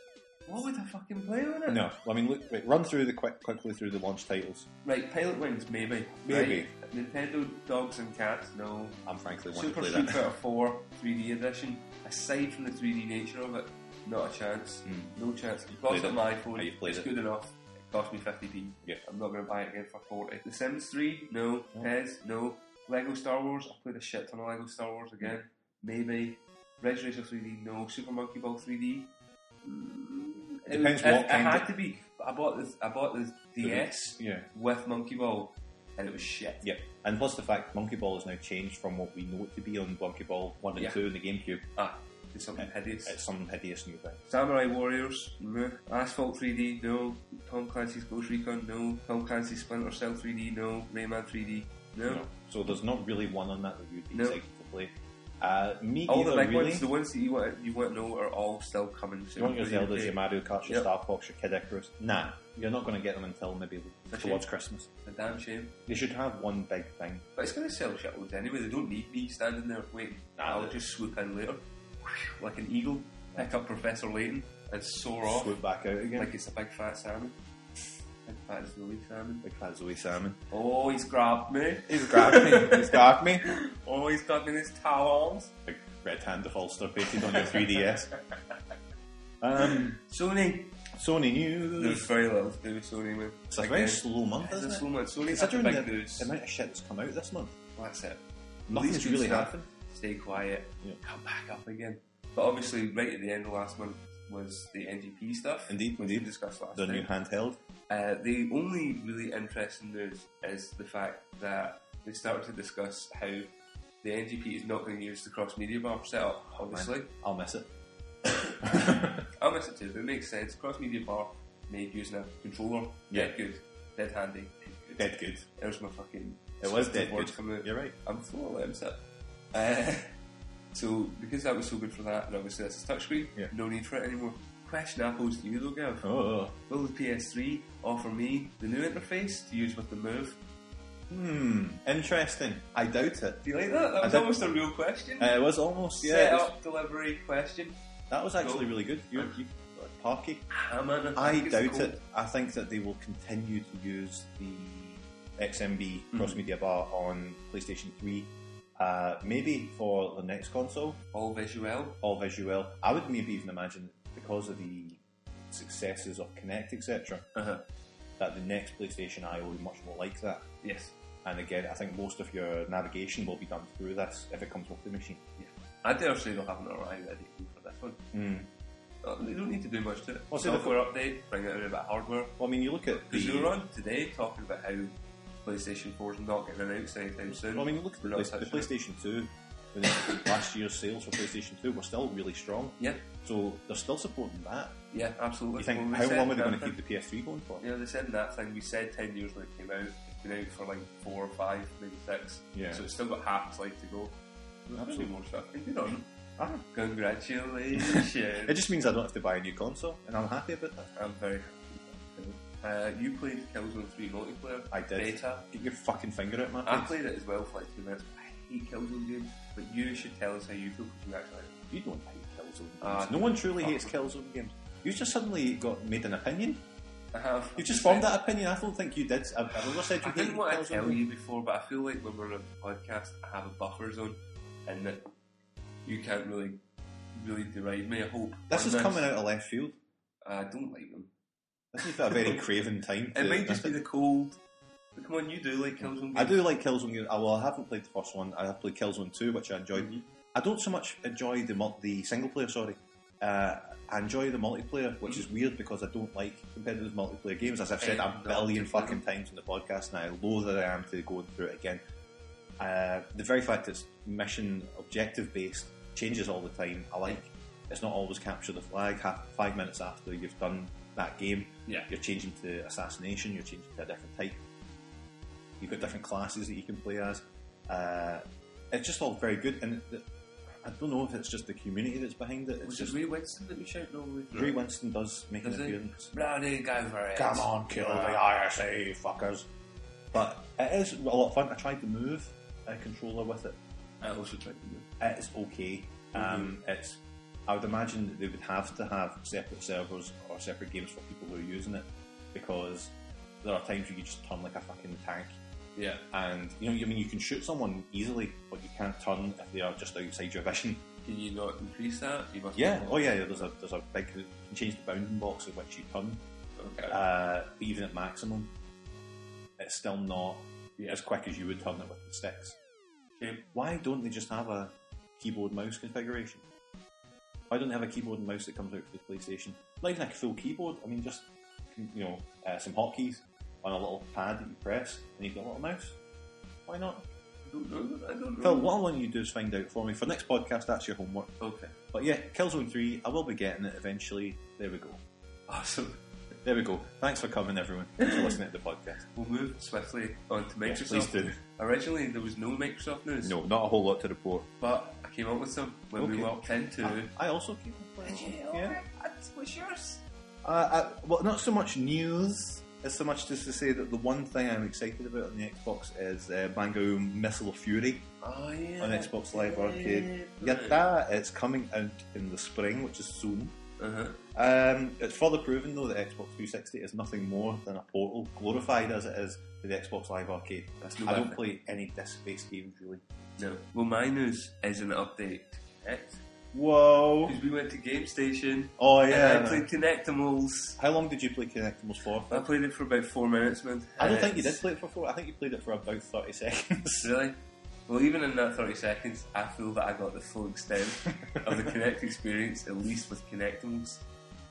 what would I fucking play with it?
No, I mean, look, wait, run through the quick, quickly through the launch titles.
Right, Pilot Wings, maybe.
Maybe.
Right? Nintendo Dogs and Cats, no.
I'm frankly wanting to
Super
play
Street
that. *laughs*
Fighter 4 3D edition, aside from the 3D nature of it, not a chance.
Hmm.
No chance. You got
Played
it on
it.
my iPhone.
Yeah, you've played it.
it's good enough. It cost me 50p.
Yeah.
I'm not going to buy it again for 40. The Sims 3, no.
No.
Pez, no. Lego Star Wars, I played a shit ton of Lego Star Wars again. Maybe. Ridge Racer 3D, no. Super Monkey Ball 3D. Mm, it
Depends
was-
what
it, it
kind
had
of-
to be. But I bought this. I bought this DS
yeah,
with Monkey Ball, and it was shit.
yeah. And plus the fact Monkey Ball has now changed from what we know it to be on Monkey Ball One and
Yeah.
Two in the GameCube.
Ah, it's something hideous.
It's some hideous new thing.
Samurai Warriors, no. Asphalt 3D, no. Tom Clancy's Ghost Recon, no. Tom Clancy's Splinter Cell 3D, no. Rayman 3D, no.
No. So there's not really one on that that you'd be
No.
excited to play. Uh, me
All
either,
the big
really.
ones, the ones that you want, you want to know, are all still coming soon.
you want your
Ready to
Zeldas, your
play.
Mario Kart, your
Yep.
Star Fox, your Kid Icarus? Nah, you're not going to get them until maybe
It's a
towards Christmas.
A damn shame.
They should have one big thing.
But it's going to sell shitloads anyway. They don't need me standing there waiting.
Nah,
I'll
they-
just swoop in later, like an eagle, pick up Professor Layton and soar off
Swoop back out again.
like it's a big fat salmon. Big fat Zoe salmon.
Big fat Zoe Salmon.
Oh, he's grabbed me.
He's grabbed me. He's grabbed me.
Oh, he's got me in his towels.
Big red hand of Ulster painted on your 3DS.
*laughs*
Um,
Sony.
Sony
There's
news.
very little to do with Sony, man.
It's a very slow month,
There's
isn't
this
it?
moment. Sony had the
Considering
big
the,
news.
the amount of shit that's come out this month,
That's it.
nothing's
Please
really
do stuff.
happened.
Stay quiet.
Yeah.
Come back up again. But obviously, right at the end of last month was the NGP stuff.
Indeed,
which
indeed.
We discussed last
The new
time.
handheld.
Uh, the only really interesting news is the fact that they started to discuss how the NGP is not going to use the cross media bar setup,
Oh,
obviously.
I'll miss
*laughs*
it.
I miss it too, but it makes sense. Cross media bar made using a controller.
Yeah.
Dead good. Dead handy. Dead good.
Dead good.
There's my fucking.
It was
scripted
dead
words
good.
coming out.
You're right.
I'm full of limbs up. Uh, *laughs* so, because that was so good for that, and obviously that's a touchscreen,
Yeah.
no need for it anymore. Question I pose to you though, Gav.
Oh.
Will the PS3 offer me the new interface to use with the Move?
Hmm. Interesting. I doubt it.
Do you like that? That was
don't-
almost a real question.
Uh, it was almost. Yeah. it
Set
was-
up, delivery, question.
that was actually really good. You, you, Parky.
Ah, man, Oh. think
I
it's
doubt
cool.
it. I think that they will continue to use the XMB
Hmm.
cross media bar on PlayStation 3. Uh, maybe for the next console,
All visual.
all visual. I would maybe even imagine because of the successes of Kinect, etc.,
Uh-huh.
that the next PlayStation I will be much more like that.
Yes.
And again, I think most of your navigation will be done through this if it comes with the machine.
I dare say they'll have an RI ready for this one. Uh, They don't need to do much to it.
Well, see, the-
Software update, bring it out about hardware.
Well, I mean, you look at the.
Because you were on today talking about how PlayStation 4 is not getting announced anytime soon.
Well, I mean, you look at the,
We're not
Play- the
touching
PlayStation Two. When it- *coughs* last year's sales for PlayStation Two were still really strong.
Yeah.
So they're still supporting that.
yeah, absolutely.
You think
Well, they
how
said
long are they going
that
to keep the PS3 going for?
thing- You know, they said that thing we said 10 years when it came out. It's been out for like 4 or 5, maybe 6.
Yeah.
So it's still got half its life to go. There's
Absolutely. Mm-hmm.
gonna be more stuff. And Good on. Ah,
*laughs*
congratulations.
It just means I don't have to buy a new console, and I'm happy about that.
I'm very happy. with that. Uh, you played Killzone 3 multiplayer.
I did.
Beta.
Get your fucking finger out, man.
I played it as well for like two minutes. I hate Killzone games, but you should tell us how you feel because you actually
You don't hate Killzone games.
Ah,
no one truly
fuck
hates Killzone games. You just suddenly got made an opinion.
I have.
You just formed that opinion. I don't think you did. I've, I've never said you
I didn't
hated
want to
Killzone
tell
games.
you before, but I feel like when we're on a podcast, I have a buffer zone, and that you can't really, really deride me. I hope
This
on
is coming out of left field.
I don't like them.
This is a
*laughs*
very craven time.
It
to
might just
admit
be the cold. But come on, you do like Killzone.
I
games.
do like Killzone. games. Uh, Well, I haven't played the first one. I have played Killzone Two, which I enjoyed. I don't so much enjoy the mul- the single player. Sorry, uh, I enjoy the multiplayer, which is weird because I don't like competitive multiplayer games. As I've said
Eh,
a billion
no,
fucking times in the podcast, and I loathe that I am to going through it again. Uh, the very fact it's mission objective based changes all the time. I like it's not always capture the flag. Half, five minutes after you've done that game,
Yeah.
you're changing to assassination. You're changing to a different type. You've got different classes that you can play as. Uh, it's just all very good, and th- I don't know if it's just the community that's behind it. It's
Was
just
it Ray Winston that we shouted all the way
Ray
through?
Winston does make an
Does he?
appearance.
Bloody go for it.
Come on, kill the ISA fuckers. But it is a lot of fun. I tried to move a controller with it.
I also tried to do.
It's okay. Um, it's. I would imagine that they would have to have separate servers or separate games for people who are using it because there are times where you just turn like a fucking tank
Yeah.
and you know I mean you can shoot someone easily but you can't turn if they are just outside your vision.
Can you not increase that? You must.
Yeah. *laughs* Oh yeah. yeah, There's a there's a big. You can change the bounding box of which you turn.
Okay.
Uh, but even at maximum, it's still not
Yeah.
as quick as you would turn it with the sticks. Eh,
Shame.
Why don't they just have a keyboard mouse configuration? Why don't they have a keyboard and mouse that comes out for the PlayStation? Not even like a full keyboard. I mean, just you know, uh, some hotkeys on a little pad that you press, and you've got a little mouse. Why not?
I don't know. I don't know.
Phil, what I want you to do is find out for me for next podcast. That's your homework.
Okay. *laughs*
But yeah, Killzone Three. I will be getting it eventually. There we go.
Awesome.
There we go. Thanks for coming, everyone. Thanks for listening to the podcast.
We'll move swiftly on to
Yeah,
Microsoft.
please do.
Originally, there was no Microsoft news.
No, not a whole lot to report.
But I came up with some when we
Okay.
walked into.
I, I also keep Yeah.
What's yours?
Uh, uh well, not so much news as so much just to say that the one thing I'm excited about on the Xbox is uh, Bango Missile Fury
Oh yeah.
on Xbox Live Arcade.
Yeah.
Get that? It's coming out in the spring, which is soon.
Uh-huh.
Um, it's further proven though that Xbox 360 is nothing more than a portal, glorified as it is to the Xbox Live Arcade.
That's no
I
bad
don't
thing.
play any disc-based games really.
No. Well, my news is an update.
Whoa!
Because we went to Game Station
Oh
and I
yeah.
played Connectimals.
How long did you play Connectimals for?
I played it for about four minutes, man.
I don't
And
think you did
it's-
play it for four. I think you played it for about thirty *laughs* seconds.
Really? Well, even in that 30 seconds, I feel that I got the full extent of
*laughs*
the Kinect experience, at least with Kinectimals,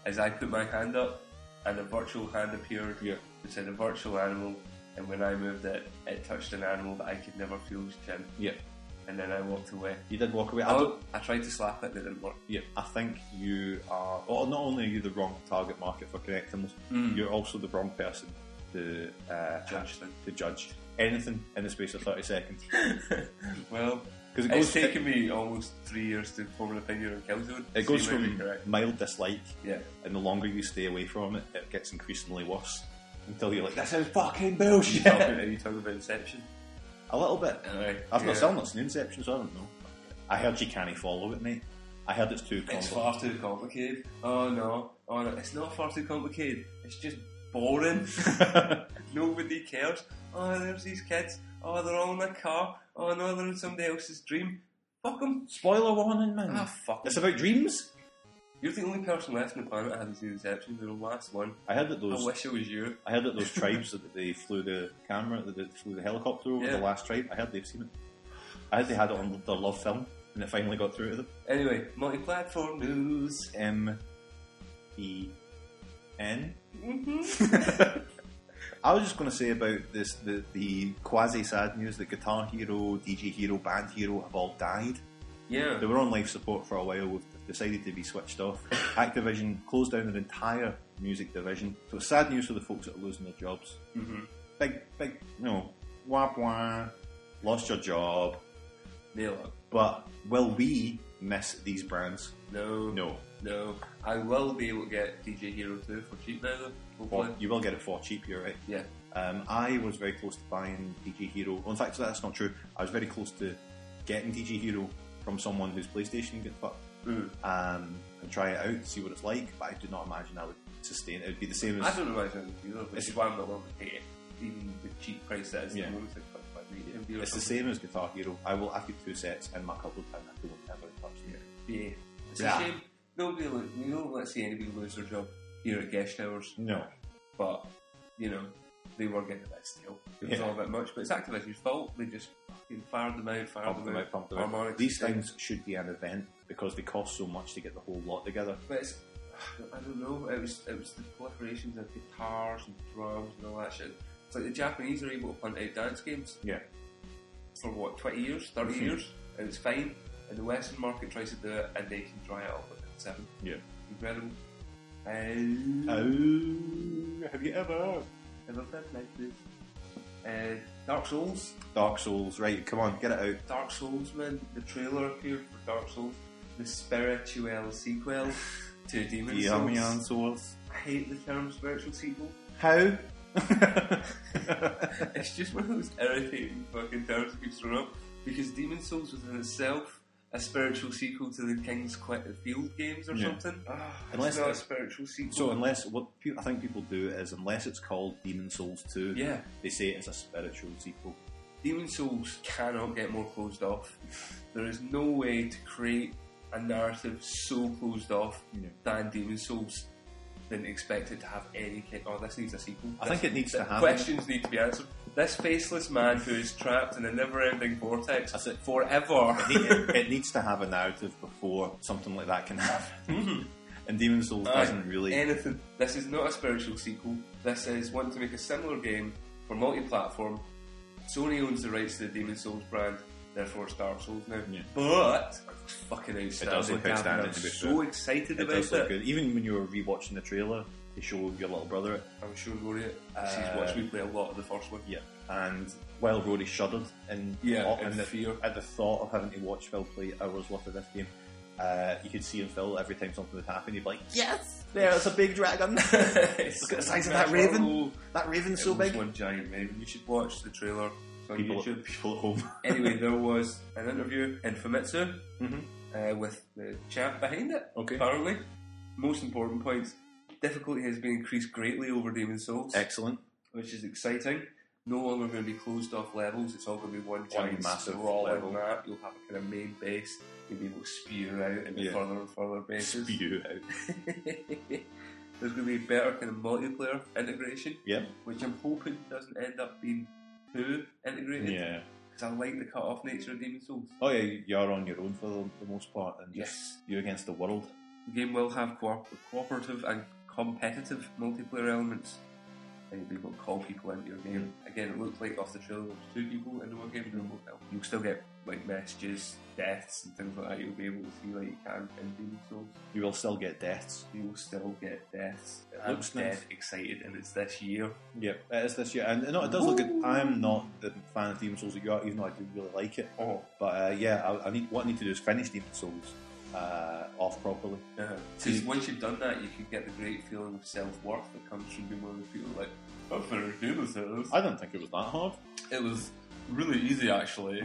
as I put my hand up and a virtual hand appeared,
Yeah.
which had a virtual animal, and when I moved it, it touched an animal that I could never feel was chin,
Yeah,
and then I walked away.
you did walk away. I, don't,
Oh, I tried to slap it, and it didn't work.
yeah, I think you are. Well, not only are you the wrong target market for Connectimals, you're also the wrong person to uh,
Hmm.
*laughs*
Judge them.
to judge anything in the space of thirty seconds
Well,
because it goes
it's taken me almost three years to form an opinion on Killzone.
it goes
so you might be
from *laughs*
correct.
mild dislike,
Yeah.
and the longer you stay away from it, it gets increasingly worse until you're like, "This is fucking bullshit."
Are you talking about Inception?
*laughs* A little bit.
Anyway,
I've
yeah.
not still not seen Inception, so I don't know. I heard you can't follow it, mate. I heard it's too complex.
It's far too complicated. Oh no. Oh no, it's not far too complicated. It's just boring. *laughs*
*laughs*
Nobody cares. Oh, there's these kids. Oh, they're all in a car. Oh no, they're in somebody else's dream. Fuck them.
Spoiler warning, man.
Ah, fuck 'em.
It's about dreams.
You're the only person left on the planet that hasn't seen Inception. You're the last one.
I heard that
I
those
wish it was you.
I heard that those tribes that they flew the camera, that they flew the helicopter over
Yeah.
the last tribe. I heard they've seen it. I heard they had it on their love film, and it finally got through to them.
Anyway, multi-platform news.
M E N.
hmm
I was just going to say about this the, the quasi sad news that Guitar Hero, DJ Hero, Band Hero have all died.
Yeah.
They were on life support for a while, they've decided to be switched off. Activision closed down their entire music division. So it's sad news for the folks that are losing their jobs.
hmm
Big, big, you know, wah wah, lost your job.
Nail up.
But will we miss these brands?
No.
No.
No. I will be able to get DJ Hero 2 for cheap now though. Hopefully.
Well, you will get it for cheap, you're right.
Yeah.
Um, I was very close to buying DG Hero. Well, in fact, that's not true. I was very close to getting DG Hero from someone whose PlayStation got fucked
Mm.
um, and try it out, see what it's like. But I do not imagine I would sustain it. It would be the same
I
as.
don't know why I don't do that, which is why I'm not willing to pay it. Even the cheap price that is yeah.
Yeah.
the moment, it's like "Oh, fuck me.
It's the same as Guitar Hero. I will. I've got two sets in my cupboard, and I don't ever touch them.
Yeah. It's
Yeah.
a shame. Nobody, lo- we don't want to see anybody lose their job here at Guest Towers,
No.
but, you know, they were getting a bit stale. It was
Yeah.
all a bit much, but it's Activision's fault. They just fucking fired them out, fired
Pump them out, pump them out.
Harmonics
These
and-
things should be an event because they cost so much to get the whole lot together.
But it's, I don't know. It was it was the proliferations of guitars and drums and all that shit. It's like the Japanese are able to punt out dance games.
Yeah.
For what twenty years, 30
Mhm.
years, and it's fine. And the Western market tries to do it, and they can dry it up within seven.
Yeah.
Incredible. Um,
Oh, have you ever?
Ever been like this? Uh, Dark Souls.
Dark Souls, right? Come on, get it out.
Dark Souls, man. The trailer appeared for Dark Souls, the spiritual sequel to Demon Souls.
Yum Souls.
I hate the term spiritual sequel.
How?
*laughs* It's just one of those irritating fucking terms that keeps thrown up. Because Demon Souls was in itself a spiritual sequel to the King's Quit Field games or
Yeah.
something. Ah,
Unless
it's not a
it's-
spiritual sequel.
*laughs* so unless what pe- I think people do is unless it's called Demon Souls Two,
yeah,
they say it's a spiritual sequel.
Demon Souls cannot get more closed off. There is no way to create a narrative so closed off
Yeah.
than Demon Souls than expect it to have any kick. Oh, this needs a sequel.
I think it needs to
The
happen.
questions need to be answered. This faceless man who is trapped in a never-ending vortex
That's it.
forever.
It, it- it needs to have a narrative before something like that can
*laughs*
happen.
Mm-hmm.
And Demon Souls doesn't really.
anything. This is not a spiritual sequel. This is wanting to make a similar game for multi-platform. Sony owns the rights to the Demon Souls brand, therefore it's Dark Souls now.
Yeah.
But it looks fucking outstanding.
does look
Gavin.
outstanding,
I'm
to be
so
fair.
excited
it
about
does look
it.
good. Even when you were rewatching the trailer, they show your little brother it.
I'm sure Gloria, she's
Uh,
watched me play a lot of the first one.
Yeah. And while Rory shuddered in,
Yeah,
awe-
in
in the,
*laughs* fear.
at the thought of having to watch Phil play hours worth of this game, uh, you could see in Phil every time something would happen, he'd be like,
Yes.
"There, it's a big dragon.
It's
Look at the
so
size of that raven.
miserable.
that raven's
It
so
was
big."
one giant raven. You should watch the trailer. It's on
People,
YouTube.
people at
*laughs*
home.
anyway, there was an interview in Famitsu
Mhm.
uh, with the chap behind it.
Okay.
Apparently, most important points: difficulty has been increased greatly over Demon Souls,
Excellent.
which is exciting. No longer going to be closed off levels. It's all going to be one giant
massive
sprawling
level.
map. You'll have a kind of main base. You'll be able to spear out into
Yeah.
further and further bases.
*laughs* Spew out.
*laughs* There's going to be better kind of multiplayer integration,
Yep.
which I'm hoping doesn't end up being too integrated
Yeah.
because I like the cut off nature of Demon Souls.
Oh yeah, you're on your own for the, the most part, and just
Yes.
you're against the world.
The game will have co- cooperative and competitive multiplayer elements. And you'll be able to call people into your game. Again, it looked like off the trailer there was two people in one game doing what else. You'll still get like messages, deaths and things like that. You'll be able to see like you can in Demon Souls.
You will still get deaths.
You will still get deaths.
It
I'm
looks
dead
nice.
excited and it's this year.
Yep, it is this year, and no, it does look good. I am not the fan of Demon Souls that you are, even though I do really like it.
Oh.
But uh, yeah, I, I need what I need to do is finish Demon Souls uh, off properly.
Because Uh-huh. once you've done that, you can get the great feeling of self worth that comes from being one of the people like, I'm finished Demon Souls.
I don't think it was that hard.
It was really easy actually.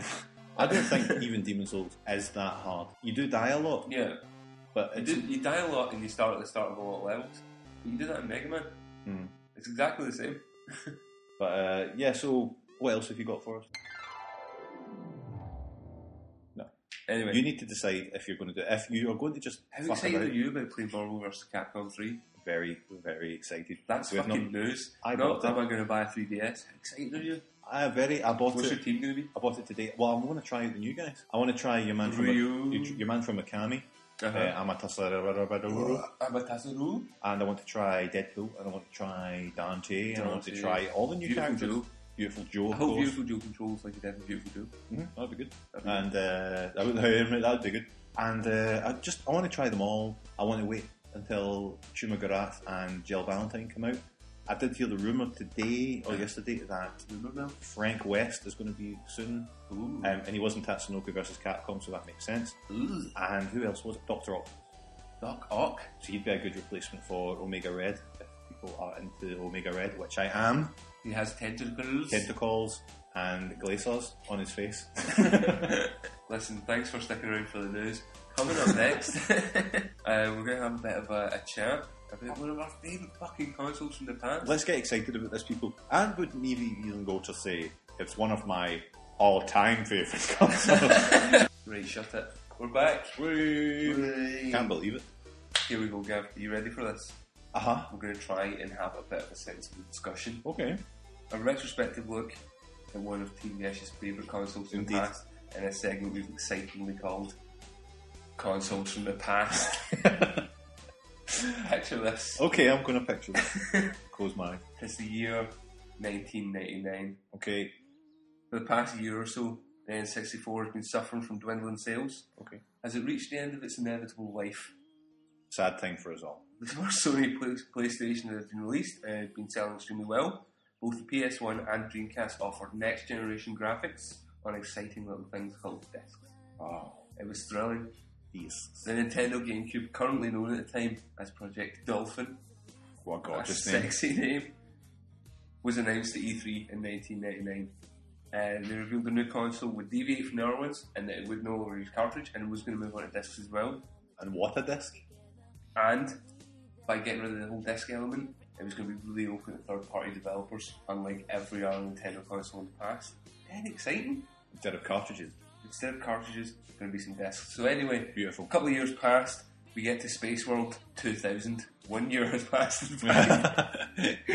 I don't think
*laughs*
even Demon Souls is that hard. You do die a lot,
Yeah.
but
You,
it's,
do, you die a lot and you start at the start of a lot of levels. You do that in Mega Man.
Hmm.
It's exactly the same.
but uh, yeah. So what else have you got for us?
Anyway,
You need to decide if you're going to do if you are going to just
how
fuck
excited
about.
are you about playing Marvel vs. Capcom 3?
Very very excited.
That's
We have
fucking news.
I
Not
bought
am
it.
I going to buy a 3DS. How excited are you?
I very I bought
What's
it.
your team going to be?
I bought it today. Well, I'm going to try the new guys. I want to try your man from
Ryu.
your man from Akami.
Uh-huh.
Uh, Amaterasu,
Uh, Amatazuru.
and I want to try Deadpool, and I want to try Dante, and I want to
Dante.
try all the new
Beautiful
characters.
Joe.
Beautiful Joe,
I
of
hope
course.
Beautiful Joe controls like you did in Beautiful Joe.
Mhm, that'd be good.
That'd be
And uh, that would *laughs* that would be good. And uh, I just I want to try them all. I want to wait until Chuma Garath and Jill Valentine come out. I did hear the rumor today or yesterday that
Remember now?
Frank West is going to be soon,
Ooh.
um, and he was in Tatsunoko versus Capcom, so that makes sense.
Ooh.
And who else was it? Doctor Ock.
Doc Ock.
So he'd be a good replacement for Omega Red if people are into Omega Red, which I am.
He has tentacles.
Tentacles and glazers on his face. *laughs*
Listen, thanks for sticking around for the news. Coming up next, uh, we're going to have a bit of a, a chat about one of our favourite fucking consoles from the past.
Let's get excited about this, people. And would maybe even go to say it's one of my all-time favourite consoles.
Right, shut it. We're back.
Whee!
Here
Can't believe it.
we go, Gav. Are you ready for this?
Uh huh.
We're going to try and have a bit of a sensible discussion.
Okay.
A retrospective look at one of Team Yesh's favourite consoles from the
Indeed.
past in a segment we've excitingly called Consoles from the Past. *laughs* Picture this.
Okay, I'm going to picture it. Close my eyes.
It's the year 1999.
Okay.
For the past year or so, the N64 has been suffering from dwindling sales.
Okay.
Has it reached the end of its inevitable life?
Sad thing for us all.
*laughs* The first Sony Play- PlayStation that has been released uh, has been selling extremely well, Both the PS1 and Dreamcast offered next generation graphics on exciting little things called discs.
Oh,
It was thrilling.
yes.
The Nintendo GameCube, currently known at the time as Project Dolphin,
What a
a
gorgeous name.
sexy name, was announced at E3 in 1999. Uh, they revealed the new console would deviate from the other ones and that it would no longer use cartridge and was going to move on to discs as well.
And what a disc.
And by getting rid of the whole disc element, it was going to be really open to third party developers, unlike every other Nintendo console in the past. And exciting.
Instead of cartridges.
Instead of cartridges, going to be some discs. So, anyway,
Beautiful. *laughs*
a couple of years passed, we get to Space World 2000. One year has passed, *laughs* in fact,
yeah.
*laughs*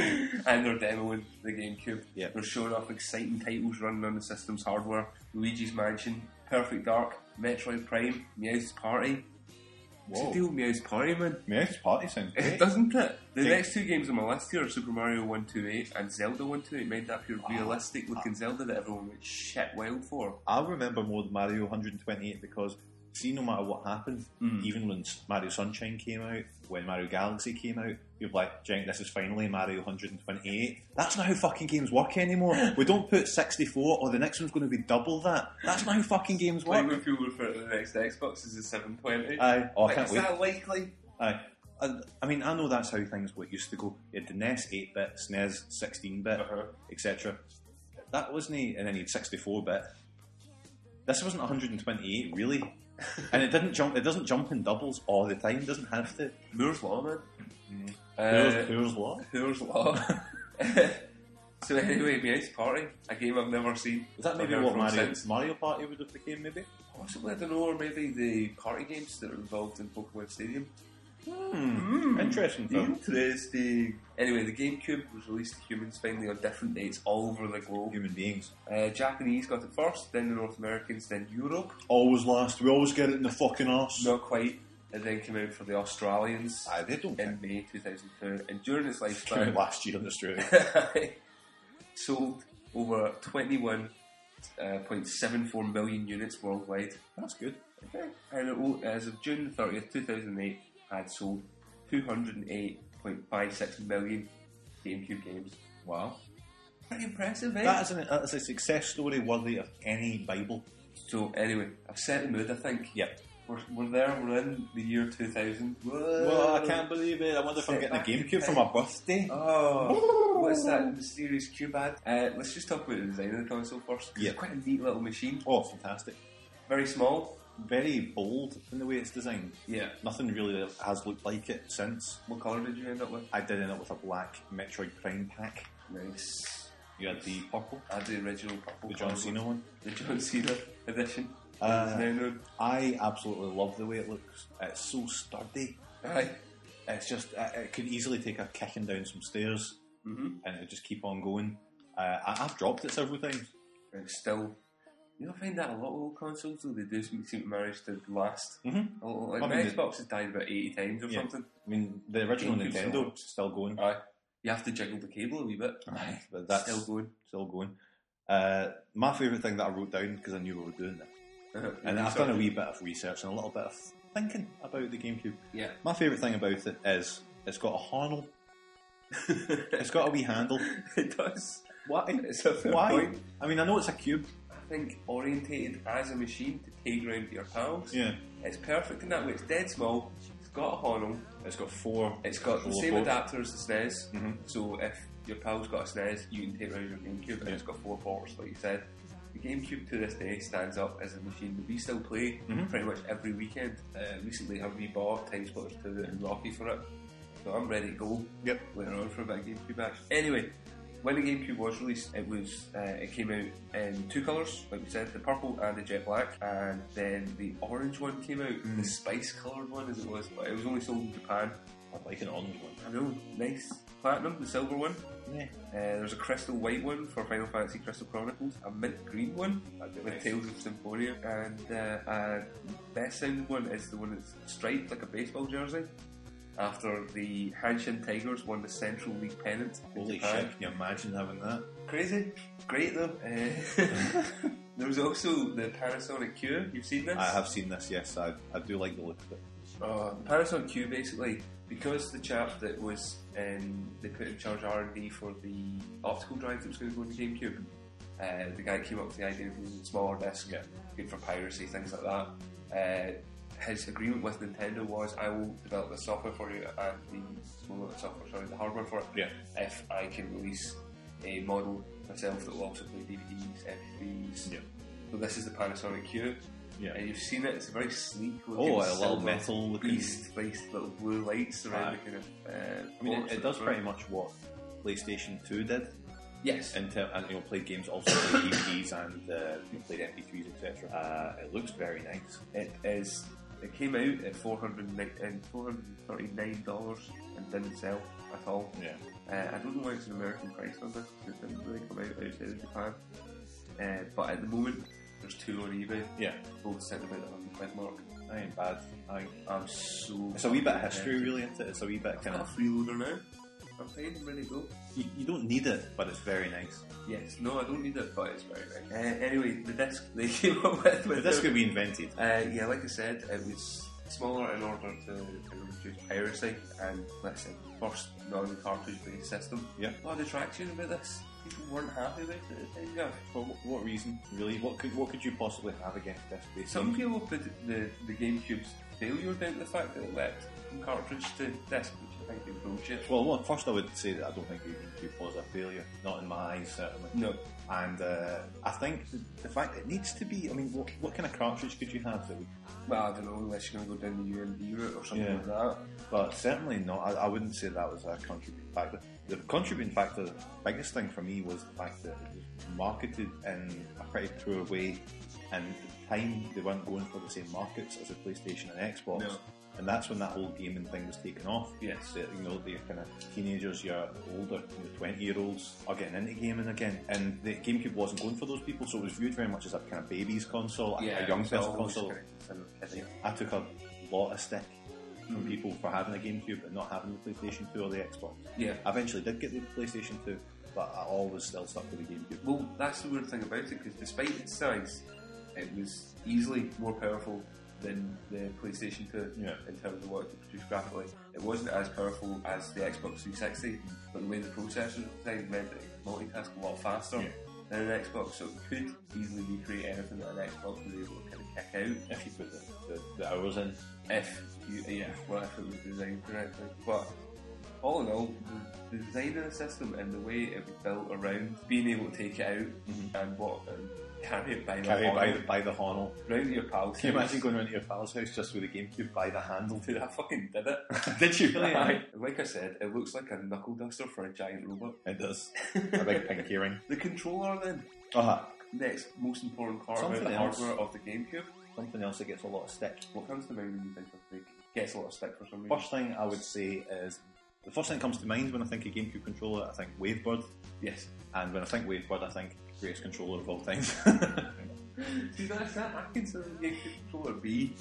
and they're demoing the GameCube.
Yeah.
They're showing off exciting titles running on the system's hardware Luigi's Mansion, Perfect Dark, Metroid Prime, Meow's Party. What's the
Whoa.
deal with Meow's Party, man? *laughs*
Meow's Party *laughs* sounds
It
great.
doesn't it? The
Think-
next two games on my list here are Super Mario 128 and Zelda 128 made that pure
Ah.
realistic looking Zelda that everyone went shit wild for.
I remember more than Mario 128 because, see, no matter what happened, even when S- Mario Sunshine came out, when Mario Galaxy came out, you're like, "Jink, this is finally Mario 128." That's not how fucking games work anymore. we don't put 64, or the next one's going to be double that. That's not how fucking games *laughs*
Like
work.
when people refer to the next Xbox as the 720.
Aye, oh, I
like,
can't
is
wait.
that likely?
Aye. I, I mean, I know that's how things were- used to go. You had the NES 8-bit, SNES 16-bit,
Uh-huh.
etc. That wasn't, and then you had 64-bit. This wasn't 128, *laughs* really. and it didn't jump. It doesn't jump in doubles all the time. Doesn't have to.
Moore's Law, man.
Mm. Who's-
Uh,
who's what?
Moore's Law. *laughs* so anyway, Meow's Party, a game I've never seen.
Is that maybe
I've heard
what
from
Mario,
since.
Mario Party would have became? Maybe.
Possibly, I don't know, or maybe the party games that are involved in Pokemon Stadium.
Hmm. Interesting film.
Interesting. Anyway, the GameCube was released to humans finally on different dates all over the globe.
Human beings
Uh, Japanese got it first, then the North Americans, then Europe.
always last. We always get it in the fucking arse.
Not quite. It then came out for the Australians
Aye, they don't
in
*laughs* think
May 2002, and during its
it came out
lifespan,
last year in Australia.
*laughs* sold over uh, 21.74 million units worldwide.
That's good.
And it, will- as of June 30th, 2008, had sold 208.56 million GameCube games.
Wow.
Pretty impressive, eh?
That is, an, that is a success story worthy of any Bible.
so, anyway, I've set the mood, I think.
Yep.
We're, we're there, we're in the year 2000. Whoa.
Well, I can't believe it. I wonder if I'm
Sit
getting a
back and
GameCube for my birthday. *laughs*
Oh, what's that mysterious cube ad? Uh, let's just talk about the design of the console first. 'cause
Yeah.
It's quite a neat little machine.
Oh, fantastic.
Very small.
Very bold in the way it's designed.
Yeah.
Nothing really has looked like it since.
What colour did you end up with?
I did end up with a black Metroid Prime pack.
Nice.
You had the purple,
I had the original purple
the John
colour.
Cena one.
The John Cena edition.
Uh,
It's now known.
I absolutely love the way it looks. It's so sturdy.
Aye.
It's just uh, it could easily take a kicking down some stairs,
Mhm.
and it would just keep on going. Uh, I, I've dropped it several times.
It's still. You don't find that a lot of old consoles, though. They do seem seem to manage to last.
Mhm.
A lot- Like,
I
my
mean, the-
Xbox has died about 80 times or
Yeah.
something.
I mean, the original
Thank you so
Nintendo
much.
still going,
Aye. You have to jiggle the cable a wee bit.
but that's
Still
still,
going.
going. Uh, my favourite thing that I wrote down because I knew we were doing this, *laughs* and I've done a wee bit of research and a little bit of thinking about the GameCube.
Yeah. *laughs*
My favourite thing about it is it's got a handle. It's got a wee handle.
it does.
Why?
It's a fair
Why?
point.
I mean, I know it's a cube.
I think orientated as a machine to take round to your pals.
Yeah.
It's perfect in that way. It's dead small. It's got a hono.
It's got four.
It's got the
controller
same
ports.
adapter as the SNES.
Mhm.
So if your pal's got a SNES, you can take round your GameCube, and
Yeah.
it's got four ports, like you said. The GameCube to this day stands up as a machine that we still play
Mhm.
pretty much every weekend. Uh, recently, I rebought Time Splitters 2 and Rocky for it, so I'm ready to go.
Yep.
later on for a bit of GameCube action. Anyway, when the GameCube was released, it was uh, it came out in two colours, like we said, the purple and the jet black, and then the orange one came out, the
Mm.
spice coloured one as it was, but it was only sold in Japan.
I like an orange one.
I know, nice platinum, the silver one.
Yeah.
Uh, there's a crystal white one for Final Fantasy Crystal Chronicles, a mint green one with
nice.
Tales of Symphonia, and uh, a best sounding one is the one that's striped like a baseball jersey. After the Hanshin Tigers won the Central League pennant. in
Holy
Japan.
shit! Can you imagine having that?
Crazy, great though. Uh, *laughs* there was also the Panasonic Q. You've seen this?
I have seen this. Yes, I, I do like the look of it.
Uh, Panasonic Q basically because the chap that was um, they put in charge R and D for the optical drive that was going to go into GameCube, uh, the guy came up with the idea of using smaller disc,
Yeah.
good for piracy, things like that. Uh, his agreement with Nintendo was, I will develop the software for you and the well, not the software, sorry, the hardware for it.
Yeah.
If I can release a model myself that will also play DVDs, MP3s.
Yeah.
So this is the Panasonic Q.
Yeah.
And you've seen it, it's a very sleek looking
Oh, a little
silver
metal looking.
beast, nice little blue lights around
Aye.
the kind of. Uh,
I mean,
box
it,
at
it
the
does
front.
pretty much what PlayStation Two did,
Yes.
in ter- and you know, played games also played DVDs and uh, you know, played MP3s, etc. Uh, it looks very nice.
It is. It came out at four hundred and thirty nine dollars and didn't sell at all.
Yeah,
Uh, I don't know why it's an American price on this because it didn't really come out outside of Japan. Uh, but at the moment, there's two on eBay.
yeah,
Both set about the hundred quid mark.
I ain't bad. I think
I'm so.
it's a wee bit of
fucking
history
tempted.
really into it. It's a wee bit
I've
kind
got a
of
freeloader now. I'm fine. I'm ready to go.
you, you don't need it, but it's very nice.
Yes. No, I don't need it, but it's very nice. Uh, anyway, the disc they *laughs* came up with.
The
with
disc
their-
could be invented.
Uh, yeah, like I said, it was smaller in order to, to reduce piracy and, let's say, first non cartridge based system.
Yeah.
A lot of detractions about this. People weren't happy about it at the time, yeah.
For wh- what reason, really? What could what could you possibly have against this? They
Some
seem-
people put the, the GameCube's failure down to the fact that it leapt from cartridge to disc, which I think is bullshit.
well, look, first I would say that I don't think GameCube was a failure, not in my eyes certainly.
No.
And uh, I think th- the fact it needs to be. I mean, what, what kind of cartridge could you have? That would,
Well, I don't know, unless you're going to go down the UMD route or something
Yeah.
like that.
but certainly not. I, I wouldn't say that was a contributing factor. The contributing factor, the biggest thing for me, was the fact that it was marketed in a pretty poor way, and at the time they weren't going for the same markets as the PlayStation and Xbox.
No.
And that's when that whole gaming thing was taken off.
Yes.
that, you know, your kind of teenagers, your older, your 20 year olds are getting into gaming again. And the GameCube wasn't going for those people, so it was viewed very much as a kind of baby's console, a- a young
it's
person's
always
console.
kinda considered kiddie.
I took a lot of stick from people for having a GameCube and not having the PlayStation 2 or the Xbox.
Yeah.
I eventually did get the PlayStation 2, but I always still stuck with the GameCube.
Well, that's the weird thing about it because despite its size, it was easily more powerful than the PlayStation 2
Yeah.
in terms of what it could produce graphically. It wasn't as powerful as the Xbox 360, but the way the processor was designed meant that it could multitask a lot faster
Yeah.
than an Xbox, so it could easily recreate anything that an Xbox was able to kind of kick out
If you put the, the, the hours in,
if you, yeah, well, if it was designed correctly. But all in all, the, the design of the system and the way it was built around being able to take it out and what and carry it by the
Mm-hmm. carry by,
horn
the- by the honor.
round to your pals.
Can you
house. *laughs*
imagine going around to your pal's house just with a GameCube by the handle?
Dude, I fucking did it.
*laughs* Did you really?
*laughs* Aye. like I said, it looks like a knuckle duster for a
*laughs*
giant robot.
It does. a big pink earring.
The controller, then
Uh-huh.
next most important part about
Something
the
else.
hardware of the GameCube.
Something else that gets a lot of stick.
What comes to mind when you think of the gets a lot of stick for some reason?
First thing I would say is the first thing that comes to mind when I think of GameCube controller, I think Wavebird,
Yes. *laughs*
and when I think Wavebird, I think greatest controller of all time. *laughs*
See, that's that. I consider the GameCube controller B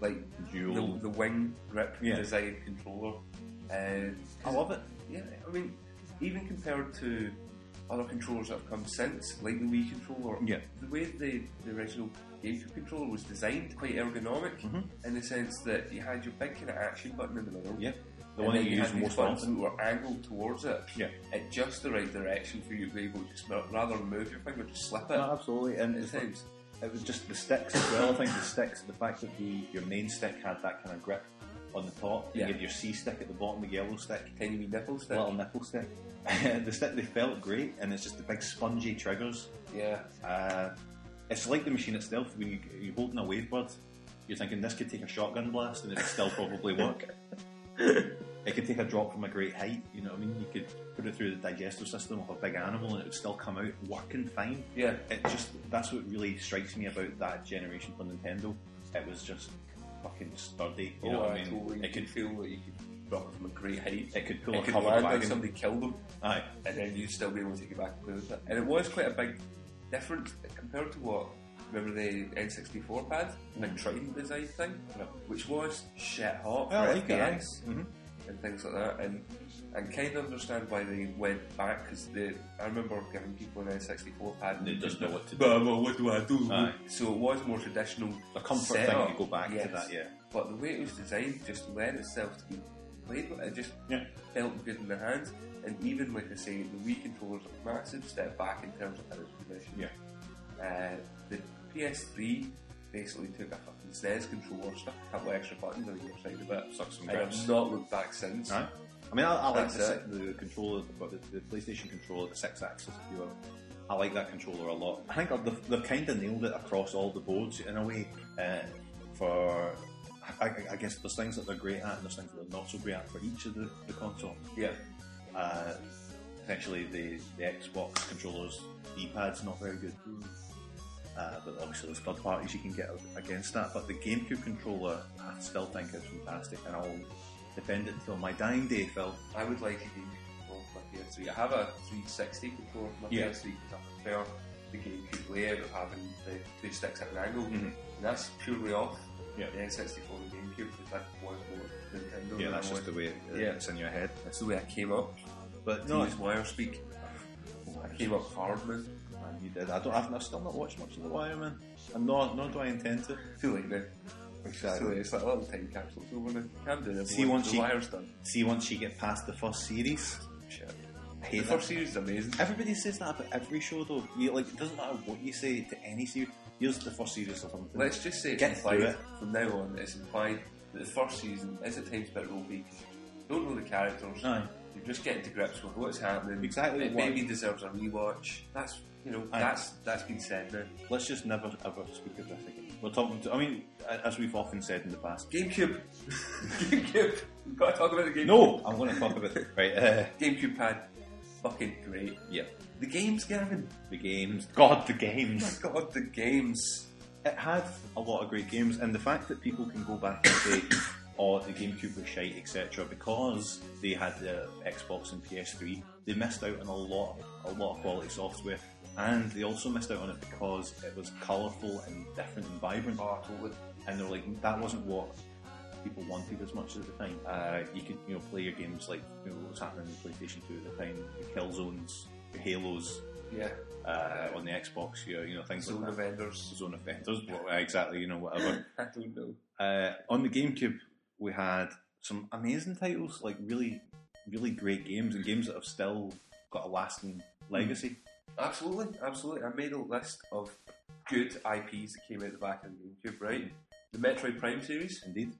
like the,
Dual.
the wing grip
Yeah.
design controller. And
I love it.
yeah, I mean, even compared to other controllers that have come since, like the Wii controller,
Yeah.
the way the, the original GameCube controller was designed, quite ergonomic, in the sense that you had your big kind of action button in the middle.
Mm-hmm. Yeah. The
and
one
then
that you use
had these
most
buttons
often.
that were angled towards it
Yeah.
at just the right direction for you to be able to just rather than move your finger, just slip it.
No, absolutely. And
It
it's like,
seems-
it was just the sticks as well. I think the sticks, the fact that the your main stick had that kind of grip on the top,
Yeah.
you had your C stick at the bottom, the yellow stick,
Tiny wee nipple stick.
little nipple stick. *laughs* the stick they felt great, and it's just the big spongy triggers.
yeah.
Uh, it's like the machine itself. When you, you're holding a wavebird, you're thinking this could take a shotgun blast and it'd still probably
*laughs*
work. it could take a drop from a great height. You know what I mean? You could put it through the digestive system of a big animal and it would still come out working fine.
Yeah.
It just that's what really strikes me about that generation for Nintendo. It was just fucking sturdy. You know what I mean?
Oh, Totally.
It could
feel that you could drop it from a great height.
it could pull
It
a
could
covered
land like
wagon.
somebody killed them,
Aye.
and then you'd still be able to take it back and play with it. And it was quite a big difference compared to what remember the N64 pad, the Triton design thing,
Mm. Yeah.
which was shit hot
I
for
like it,
FPS
aye. Mhm.
and things like that. And and kind of understand why they went back because I remember giving people an N64 pad and
They just know what to do.
Bah, well, what do I do?
Aye.
So it was more traditional.
A comfort
setup.
thing to go back to
Yes.
that, yeah.
But the way it was designed just lent itself to be played with it. It just
Yeah.
felt good in the hands. And even like I say, the Wii controllers are a massive step back in terms of how it's positioned.
Yeah.
Uh, the PS3 basically took a fucking SNES controller, stuck a couple extra buttons on the other side of it,
Suck some
and I've
grips.
not looked back since.
No. I mean, I, I like
That's
the, si- the controller, but the, the PlayStation controller, the six axis, if you will. I like that controller a lot. I think they've, they've kind of nailed it across all the boards in a way. Uh, for I, I- I guess there's things that they're great at and there's things that they're not so great at for each of the, the consoles.
Yeah.
Uh, essentially, the, the Xbox controllers, D-pad's not very good. Uh, but obviously, there's third parties you can get against that. But the GameCube controller, I still think is fantastic, and I'll defend it till my dying day, Phil.
I would like a game controller for my PS3. I have a 360 controller for my
Yeah.
PS3 because I prefer the GameCube layout of having the two sticks at an angle.
Mhm.
And that's purely off
Yeah.
the N64 and GameCube because that was more Nintendo.
Yeah,
than
that's
I
just the
was-
way it, uh,
Yeah.
it's in your head.
that's the way I came up.
But
No,
no,
use wire speak. I came up hard, man.
Man, you did. I don't. I've, I've still not watched much of The Wire, man. And nor nor do I intend to.
Too late now. It's Too late. It's like a little time capsule. It's over now. Can't do this.
See, once
the
you-
wire's done.
See, once you get past the first series,
Shit.
I
The
hate that.
first series is amazing.
Everybody says that about every show, though. You, like, it doesn't matter what you say to any series. Here's the first series or something.
Let's just say it's
Get
implied
through it.
from now on. It's implied that the first season is at times a bit ropey because you don't know the characters.
Aye.
You're just getting to grips with what's happening.
Exactly
It
what-
maybe deserves a rewatch. That's you know
Aye.
that's that's been said now.
Let's just never ever speak of this again. We're talking to. I mean, a- as we've often said in the past.
GameCube, *laughs* GameCube. We've got to talk about the GameCube.
No, I'm going to talk about it. *laughs* Right. Uh,
GameCube pad, fucking great.
yeah.
The games, Gavin. *laughs*
The games. God, the
My
games.
God, the games.
it had a lot of great games, and the fact that people can go back and say, "Oh, the GameCube was shite," etc., because they had the Xbox and PS3, they missed out on a lot, a lot of quality software, and they also missed out on it because it was colourful and different and vibrant.
Oh, totally.
And they were like, "That wasn't what people wanted as much at the time." Uh, you could, you know, play your games like you know, what was happening in PlayStation 2 at the time, your Killzones, your Halos
Yeah.
uh, on the Xbox, your, you know, things
Zone
like
of
that.
Enders.
Zone of Vendors, what- exactly, you know, whatever.
*laughs* I don't know.
Uh, on the GameCube, we had some amazing titles, like really, really great games, and games that have still got a lasting legacy.
Absolutely, absolutely. I made a list of good IPs that came out the back of the GameCube, right? The Metroid Prime series,
Indeed.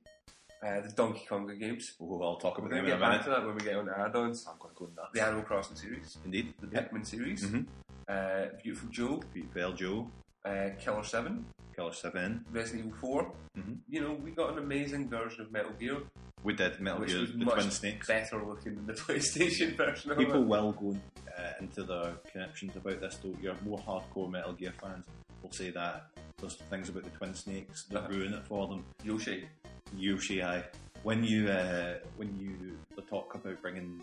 uh, the Donkey Konga games.
Oh, I'll talk
We're
about them in
going to
a
get back
minute.
to that when we get on to add-ons.
I'm going to go nuts.
The Animal Crossing series,
Indeed.
the Pikmin series,
Mhm.
uh, Beautiful Joe,
Beat Bell Joe,
uh, Killer 7,
Killer 7.
Resident Evil 4.
Mhm.
You know, we got an amazing version of Metal Gear,
We did Metal
which
Gear,
was
the
much
Twin Snakes.
better looking than the *laughs* PlayStation version of
People
it.
will go uh, into their connections about this, though. Your more hardcore Metal Gear fans will say that there's things about the Twin Snakes that
Uh-huh.
ruin it for them.
Yoshi. *laughs*
Yoshi, I when you uh, when you the talk about bringing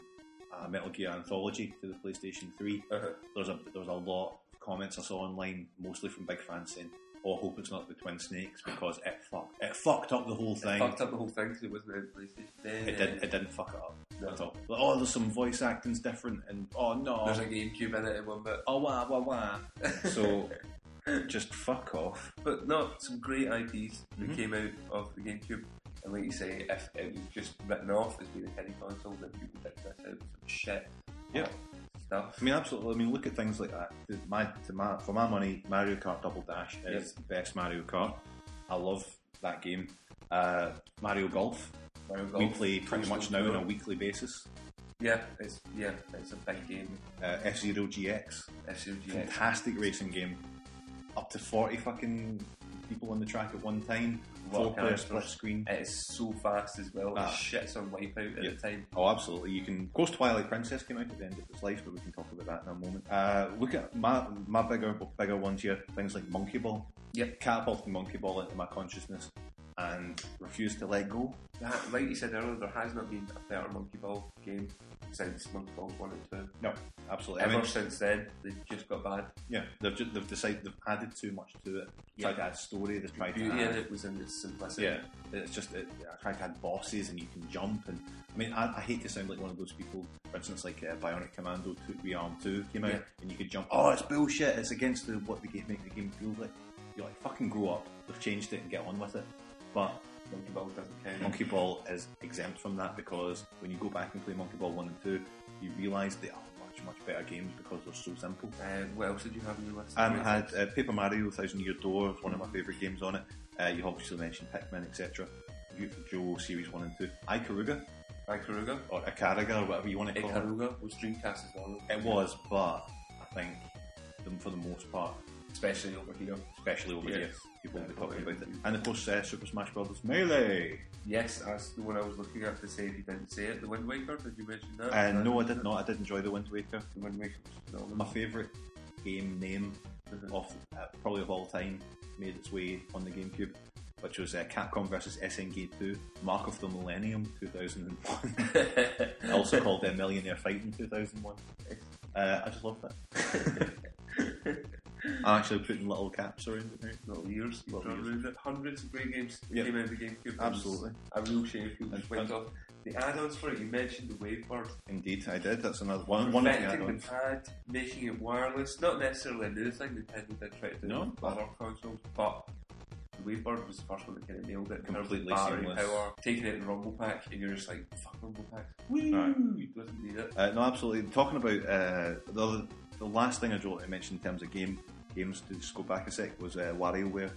uh, Metal Gear Anthology to the PlayStation Three,
Uh-huh.
there's a there was a lot of comments I saw online, mostly from big fans saying, "Oh, I hope it's not the Twin Snakes because it fucked it fucked up the whole thing.
Fucked up the whole thing because it wasn't on PlayStation.
It didn't it didn't fuck it up
No.
at all. Like, oh, there's some voice acting's different, and oh no,
There's a GameCube in it at one bit.
oh wah wah wah.
*laughs*
So just fuck off.
But no, some great IPs that
Mhm.
came out of the GameCube. And like you say, if it was just written off as being a kiddie console, then people would miss out with some shit.
Yeah.
Stuff.
I mean, absolutely. I mean, look at things like that. To my, to my, for my money, Mario Kart Double Dash is
Yep.
the best Mario Kart. I love that game. Uh, Mario Golf,
Mario
we
Golf,
play pretty
Postal
much now on a
Tour.
weekly basis.
Yeah, it's yeah, it's a big game.
Uh, F Zero GX,
SUGX.
fantastic racing game. Up to forty fucking people on the track at one time.
Lot of
Four player
characters.
split screen.
It is so fast as well.
Ah.
It shits on Wipeout at
Yeah.
the time.
Oh, absolutely. You can. Of course, Twilight Princess came out at the end of its life, but we can talk about that in a moment. Uh, look at my my bigger bigger ones here. Things like Monkey Ball.
Yep.
Catapulted Monkey Ball into my consciousness and refused to let go.
That- Like you said earlier, there has not been a better Monkey Ball game since Monkey Ball 1 and 2.
No, absolutely.
Ever
I mean,
since then, they just got bad.
yeah, they've just, they've decided they've added too much to it.
Yeah.
Tried to add story. They've tried to
Beauty in
add.
it was in its simplicity.
Yeah, it's just it, I tried to add bosses and you can jump and I mean I, I hate to sound like one of those people. For instance, like uh, Bionic Commando Two, Rearm Two came out
Yeah.
and you could jump. Oh, it's bullshit! It's against the what the game make the game feel like. You're like fucking grow up. They've changed it and get on with it. But
Monkey Ball doesn't count.
Monkey Ball is exempt from that because when you go back and play Monkey Ball 1 and 2, you realise they are much, much better games because they're so simple.
Uh, what else did you have on your list?
Um, I had uh, Paper Mario, Thousand Year Door, was one of my favourite games on it. Uh, you obviously mentioned Pikmin, etc. Beautiful Joe, Series 1 and 2. Ikaruga,
Ikaruga.
or Ikariga, or whatever you want to call it.
Ikaruga was Dreamcast as well.
It was, but I think the- for the most part,
especially over here.
especially over
Yes.
here, people will be talking about it. And of course, uh, Super Smash Bros. Melee.
Yes, that's the one I was looking at to say if you didn't say it. The Wind Waker, did you mention that?
Uh,
That-
no, I did not. I did enjoy The Wind Waker.
The Wind Waker was
My
phenomenal.
favourite game name of uh, probably of all time made its way on the GameCube, which was uh, Capcom versus SNK 2, Mark of the Millennium 2001, *laughs*
*laughs*
also called uh, Millionaire Fighting 2001. Uh, I just love that. *laughs* I'm actually putting little caps around it now.
Little years, you've
Little
drawn around it. Hundreds of great games that
Yeah.
came out of the GameCube.
Absolutely.
A real shame if you
And-
went
and-
off. The add-ons for it, you mentioned the Wavebird.
Indeed, I did. That's another one. One of the
Perfecting
add-ons.
the pad, making it wireless. Not necessarily a new thing Nintendo did try to do
No.
with other consoles, but the Wavebird was the first one that kind of nailed it. in terms of
Completely
battery
seamless.
power, taking it in Rumble Pack, and you're just like, fuck Rumble Pack. Woo!
Right.
It doesn't need it.
Uh, no, absolutely. Talking about uh, the other, the last thing I just wanted to mention in terms of game games to just go back a sec was uh, WarioWare.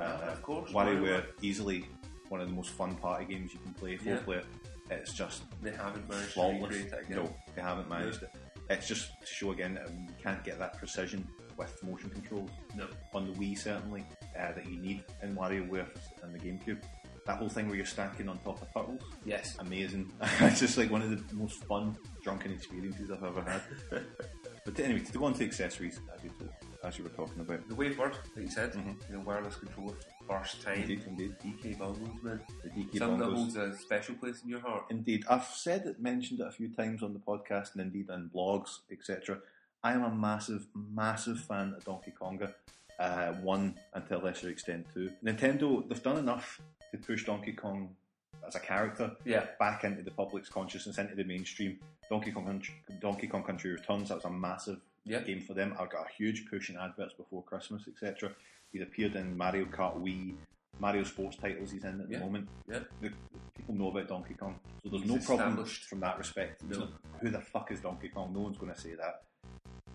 Uh,
of course,
WarioWare easily one of the most fun party games you can play four
Yeah.
player. It's just
They haven't managed to
flawless.
recreate it again.
No, they haven't managed it. It's just to show again that you can't get that precision with motion controls
No.
on the Wii certainly uh, that you need in WarioWare and the GameCube. That whole thing where you're stacking on top of turtles
Yes.
amazing. *laughs* it's just like one of the most fun drunken experiences I've ever had. *laughs* but anyway, to go on to accessories, as you, as you were talking about.
The Wavebird, like you said,
Mhm.
the wireless controller for the first time.
Indeed, E indeed.
DK Bungles, man.
The DK
Something that
bongos.
holds a special place in your heart.
Indeed, I've said it, mentioned it a few times on the podcast, and indeed on blogs, etc. I am a massive, massive fan of Donkey Konga. Uh, one and to a lesser extent two. Nintendo, they've done enough to push Donkey Kong as a character
Yeah.
back into the public's consciousness, into the mainstream. Donkey Kong Country, Donkey Kong Country Returns, that was a massive
Yeah.
game for them. I got a huge push in adverts before Christmas, etc. He's appeared in Mario Kart Wii, Mario Sports titles he's in at the
Yeah.
moment.
Yeah.
The, people know about Donkey Kong, so there's
He's
no problem
established.
from that respect. It's
No.
not, Who the fuck is Donkey Kong? No one's going to say that.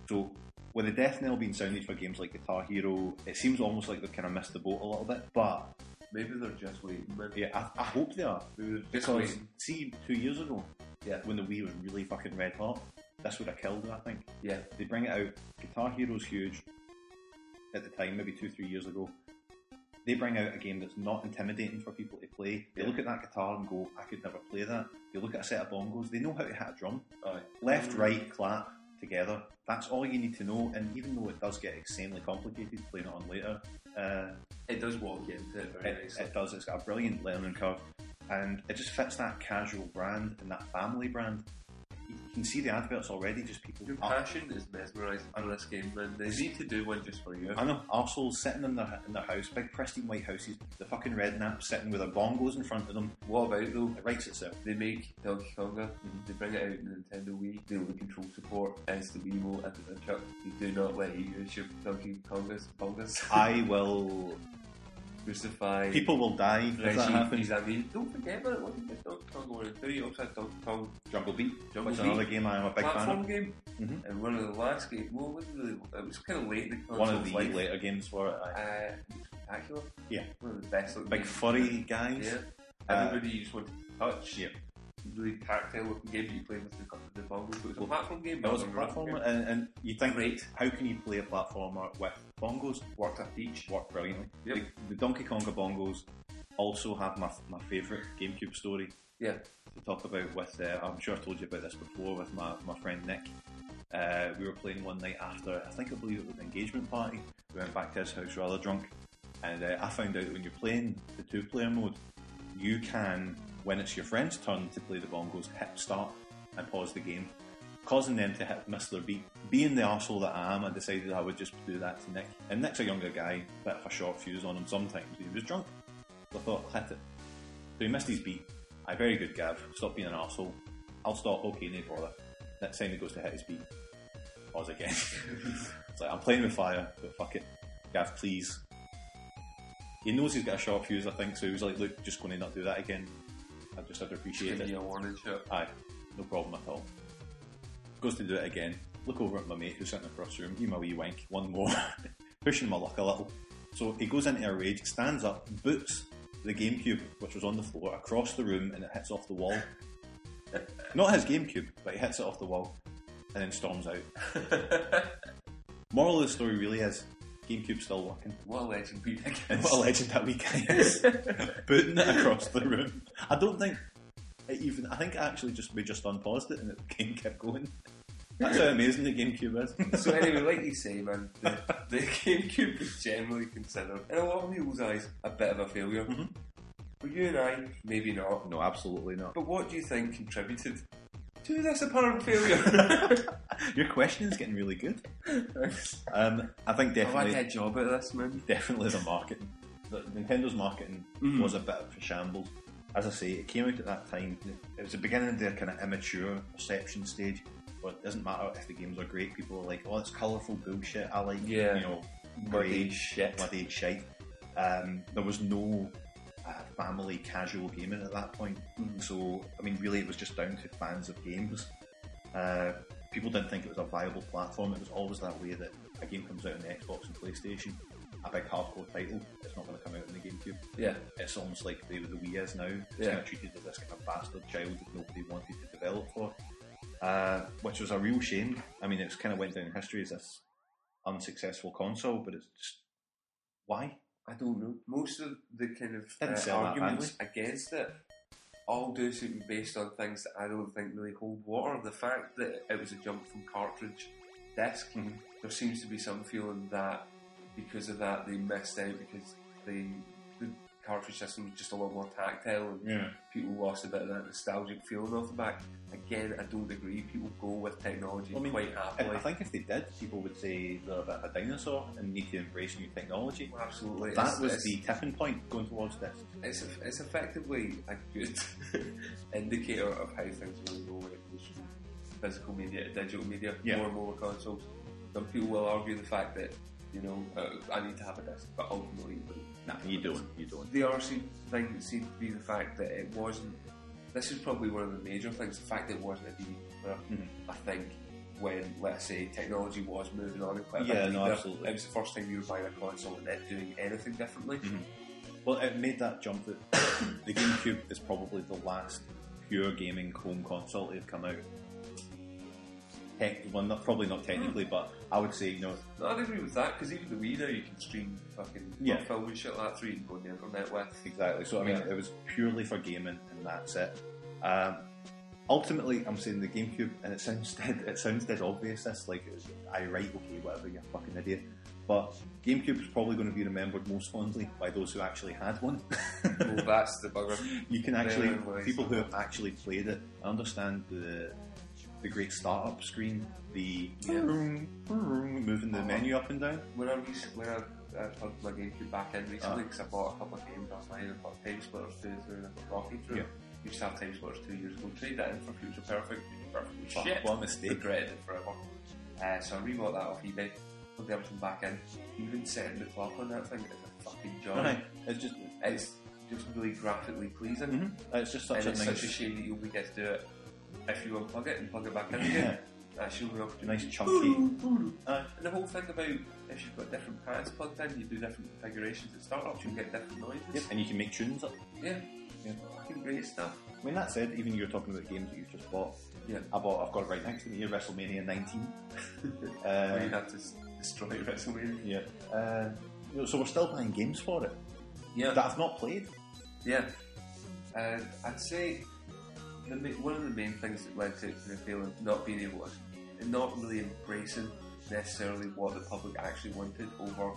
So, with the death knell being sounded for games like Guitar Hero, it seems almost like they've kind of missed the boat a little bit. But
Maybe they're just waiting, man.
yeah, I, I hope they are.
Maybe they're just
Because
waiting.
see, two years ago,
Yeah.
when the Wii was really fucking red hot, this would have killed it. I think
Yeah.
they bring it out. Guitar Hero's huge at the time, maybe two, three years ago. They bring out a game that's not intimidating for people to play. They
Yeah.
look at that guitar and go, "I could never play that." They look at a set of bongos. They know how to hit a drum.
Aye.
Left, right, clap together. That's all you need to know. And even though it does get insanely complicated playing it on later, uh,
It does walk into it very
it,
nicely.
it does. It's got a brilliant learning curve, and it just fits that casual brand and that family brand. You can see the adverts already. Just people,
Your
ar-
passion is mesmerising on this game, man. They need to do one just for you.
I know arseholes sitting in their in their house, big pristine white houses, the fucking rednaps sitting with their bongos in front of them.
What about though?
It writes
*laughs*
itself.
They make Donkey Konga, they bring it out in the Nintendo Wii, the only control support is the Wiimote and the Nunchuck. They do not let you use your Donkey Kongas, Bongas,
I will.
*laughs* Crucify,
People will die if that
Reggie,
happens.
he's, I mean, don't forget that it wasn't just Donkey Kong 1 and 2, you also had Donkey Kong
Jungle Beat,
Jungle
which is
Beat.
another game I am a big fan
platform
of.
game,
Mhm.
and one of the last games, well, it wasn't really, it was kind of late in the console's
One of the
life.
later games for it. aye.
Uh, spectacular.
Yeah.
One of the best looking
Big
games.
furry guys. Uh,
Yeah. Everybody you just wanted to touch.
yeah.
Really tactile looking game that you play with the, the bongos. It was a
Well,
platform game.
That was a
but it rock
platformer,
game.
and, and you think,
Great.
how can you play a platformer with bongos?
Worked a beach.
worked brilliantly.
Yep.
The, the Donkey Konga bongos also have my, my favourite GameCube story
Yeah.
to talk about with, uh, I'm sure I've told you about this before, with my, my friend Nick. Uh, we were playing one night after, I think I believe it was an engagement party. We went back to his house rather drunk, and uh, I found out that when you're playing the two player mode, you can, when it's your friend's turn to play the bongos, hit start and pause the game, causing them to hit miss their beat. Being the arsehole that I am, I decided I would just do that to Nick. And Nick's a younger guy, bit of a short fuse on him sometimes. He was drunk. So I thought, I'll hit it. So he missed his beat. I very good, Gav. Stop being an arsehole. I'll stop. Okay, no bother. Next time he goes to hit his beat, pause *laughs* again. it's like, I'm playing with fire, but fuck it. Gav, please. He knows he's got a short fuse, I think, so he was like, look, just going to not do that again. I just had to appreciate
Give
it.
you a warning
*laughs*
shot.
Aye, no problem at all. Goes to do it again. Look over at my mate who's sitting across the room, give him a wee wink, one more, *laughs* pushing my luck a little. So he goes into a rage, stands up, boots the GameCube, which was on the floor, across the room, and it hits off the wall. Not his GameCube, but he hits it off the wall and then storms out. Moral of the story really is GameCube's still working.
What a legend we think
And what a legend that wee *laughs* guy is. Booting it across the room. I don't think it even. I think actually just we just unpaused it and the game kept going. That's how amazing the GameCube is. *laughs*
So anyway, like you say, man, the, the *laughs* GameCube is generally considered, in a lot of people's eyes, a bit of a failure.
Mhm.
For you and I, maybe not.
no, absolutely not.
But what do you think contributed to this
*laughs*
apparent failure?
*laughs* Your questioning's getting really good. Um, I think
I've had
definitely,
a job at this, man.
definitely the marketing. The, Nintendo's marketing
Mm.
was a bit of a shambles. As I say, it came out at that time. It was the beginning of their kind of immature perception stage. But it doesn't matter if the games are great. People are like, "Oh, it's colourful bullshit." I like,
Yeah.
you know,
Muddy
grey
shit.
muddied shite. Um, there was no uh, family casual gaming at that point,
Mm.
so I mean, really, it was just down to fans of games. Uh, people didn't think it was a viable platform. It was always that way that a game comes out on the Xbox and PlayStation, a big hardcore title, it's not going to come out on the GameCube.
Yeah.
It's almost like the, the Wii is now. It's
Yeah.
kind of treated as this kind of bastard child that nobody wanted to develop for, uh, which was a real shame. I mean, it's kind of went down in history as this unsuccessful console, but it's just why?
I don't know. Most of the kind of
Didn't
uh,
sell that
arguments against it all do seem based on things that I don't think really hold water. The fact that it was a jump from cartridge disc,
Mhm.
there seems to be some feeling that because of that they missed out because the the cartridge system was just a lot more tactile and
Yeah.
people lost a bit of that nostalgic feeling off the back. Again, I don't agree. People go with technology
I mean,
quite
I,
happily.
I think if they did, people would say they're a bit of a dinosaur and need to embrace new technology.
Absolutely,
That
It's-
was
it's-
the tipping point going towards this.
it's, it's effectively a good *laughs* indicator of how things will go when it goes from physical media to digital media,
Yeah.
more and more consoles. Some people will argue the fact that, you know, uh, I need to have a disc, but ultimately, you don't.
Nah, you don't. You don't.
The RC thing seemed to be the fact that it wasn't. This is probably one of the major things. The fact that it wasn't a DVD player,
Mhm.
I think, when let's say technology was moving on and quite
Yeah,
rapidly,
no,
there-
absolutely.
It was the first time you were buying a console and it doing anything differently.
Mhm. Well, it made that jump that *coughs* the GameCube is probably the last pure gaming home console to have come out. Tech, well, not, probably not technically, but I would say, you know,
No, I'd agree with that because even the Wii now you can stream fucking
Yeah.
film and shit like that through you can go on the internet with.
Exactly. So I mean,
Yeah.
it was purely for gaming, and that's it. Um, ultimately, I'm saying the GameCube, and it sounds *laughs* dead. It sounds dead obvious. This like it was, I write okay, whatever, you're a fucking idiot. But GameCube is probably going to be remembered most fondly by those who actually had one. *laughs*
well, that's the bugger.
you can actually
Very nice.
people who have actually played it I understand the the great startup screen, the
Yeah.
moving the
Uh-huh.
menu up and down.
When I re- when I uh, plugged my GameCube back in
Ah.
recently because I bought a couple of games online, I bought Time Splitters two through and I got Rocky through.
Yeah.
You just have Time Splitters two years ago. Trade that in for Future Perfect. Future Perfect was
Fuck,
shit.
What a mistake!
Regretted it forever. Uh, so I rebought that off eBay. Plugged everything back in. Even setting the clock on that thing is a fucking joy.
Aye, It's just
It's just really graphically pleasing.
mhm, it's just such
and
a
it's
nice
such a shame that you only get to do it if you unplug it and plug it back in
Yeah.
again. That's your real
Nice chunky. Aye.
And the whole thing about if you've got different pads plugged in, you do different configurations at startup, you get different noises.
Yep, and you can make tunes up.
Yeah.
Yeah.
Fucking great stuff.
I mean, that said, even you're talking about games that you've just bought.
Yeah.
I bought, I've got it right next to me here, WrestleMania
*laughs*
19.
Where you
uh,
have to s- destroy WrestleMania.
yeah. Uh, you know, so we're still buying games for it
Yeah.
that I've not played.
Yeah. Uh, I'd say the, ma- one of the main things that led to it the feeling of not being able to, not really embracing necessarily what the public actually wanted over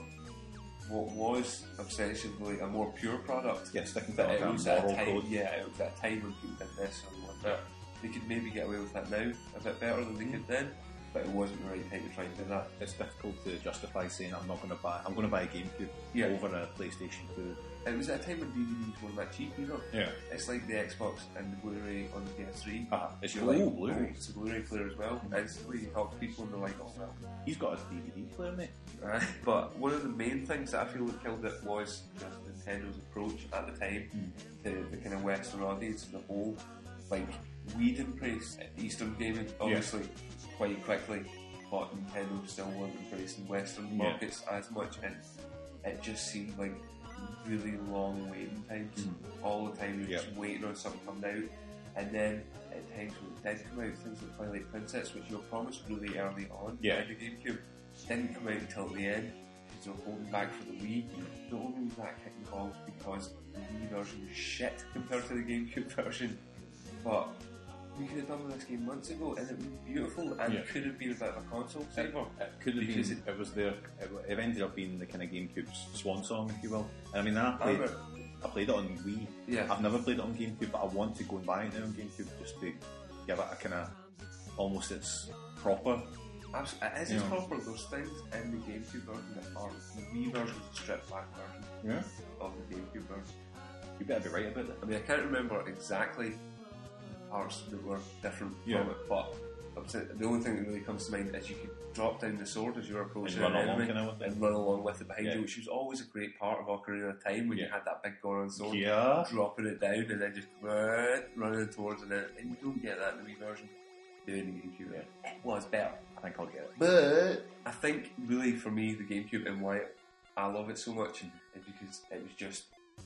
what was ostensibly a more pure product.
Yeah, sticking to
But
like
it
a
was at a
moral
time,
code.
yeah, it was
Mm-hmm.
at a time when people didn't necessarily want that. They could maybe get away with that now a bit better than they could then, but it wasn't the right time to try and do that.
It's difficult to justify saying I'm not going to buy. I'm going to buy a GameCube
Yeah.
over a PlayStation 2.
It was at a time when DVDs weren't that cheap either.
Yeah.
It's like the Xbox and the Blu-ray on the PS3.
Ah, it's
You're
your like,
like,
Blu
oh, It's a Blu-ray player as well. And it's the way you help people and they're like, oh well.
He's got his DVD player, mate.
Aye. *laughs* But one of the main things that I feel that killed it was just Nintendo's approach at the time
Hmm.
to the kind of Western audience and the whole like weed embrace Eastern gaming obviously quite quickly, but Nintendo still weren't embracing Western
Yeah.
markets as much, and it just seemed like really long waiting times all the time. You're
Hmm. Yeah.
just waiting on something coming out, and then at times when it did come out, things like Twilight Princess, which you were promised really early on
Yeah.
in the GameCube, didn't come out until the end. Because they were holding back for the Wii. The only reason that kicked the ball was because the Wii version was shit compared to the GameCube *laughs* version. But we could have done with this game months ago, and it would be beautiful, and
Yeah.
it could have been a bit of a console saver.
It could have
Because
been. It, was there. It, it ended up being the kind of GameCube's swan song, if you will. And I mean, I
I
played,
remember,
I played it on Wii.
yeah,
I've never played it on GameCube, but I want to go and buy it now on GameCube just to give it a kind of almost its proper.
abs- it is
Yeah.
proper. There's things in the GameCube version that aren't. The Wii version is a stripped back version
Yeah.
of the GameCube version.
You better be right about it.
I mean, I can't remember exactly parts that were different
Yeah.
from it, but I'm saying- the only thing that really comes to mind is you could drop down the sword as you were approaching
run
an
along
enemy
kinda with it.
and run along with it behind
Yeah.
you, which was always a great part of Ocarina of Time when you
Yeah.
had that big Goron sword,
Yeah.
dropping it down and then just uh, running towards it, and you don't get that in the Wii version. Doing the GameCube, it was better.
I think I'll get it.
But I think really for me the GameCube and why I love it so much is because it was just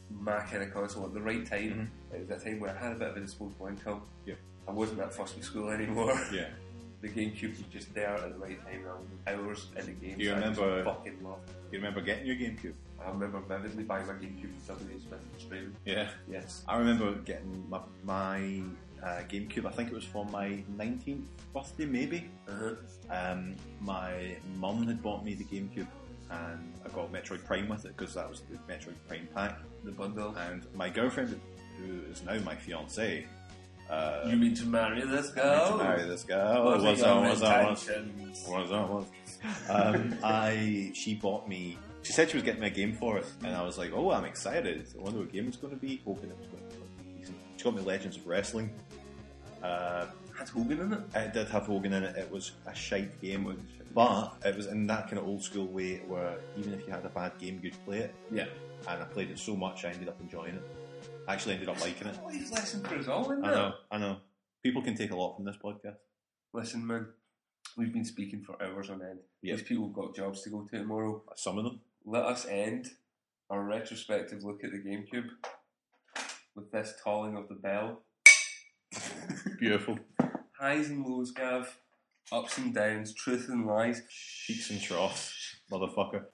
my kind of console at the right time. It was a time where I had a bit of a disposable income.
Mm-hmm. Yeah.
I wasn't that fussed with school anymore.
*laughs* Yeah.
*laughs* The GameCube was just there at the right time. I was hours in the game.
You
I just
remember-
fucking love.
You remember getting your GameCube?
I remember vividly buying my GameCube from WH Smith and Straven.
Yeah.
Yes.
I remember getting my, my uh, GameCube. I think it was for my 19th birthday, maybe.
Uh-huh.
Um, my mum had bought me the GameCube, and I got Metroid Prime with it because that was the Metroid Prime pack.
The bundle.
And my girlfriend, who is now my fiance, uh,
you mean to marry this girl?
to marry this girl.
What are
was
your
on, was on, was
intentions?
was on, was. Um, I she bought me. She said she was getting me a game for it, and I was like, "Oh, I'm excited! I wonder what game it's going to be." Hoping it was going to be decent. She got me Legends of Wrestling. Uh,
Had Hogan in it?
it did have Hogan in it. It was a shite game, but it was in that kind of old school way where even if you had a bad game, you'd play it.
Yeah.
And I played it so much, I ended up enjoying it. I actually ended up liking it.
Life lesson for us all, isn't
I
it?
know, I know. People can take a lot from this podcast.
Listen, man, we've been speaking for hours on end.
Yeah.
These people have got jobs to go to tomorrow.
Some of them.
Let us end our retrospective look at the GameCube with this tolling of the bell.
*laughs* Beautiful.
Highs and lows, Gav. Ups and downs, truth and lies.
Cheeks and troughs, motherfucker.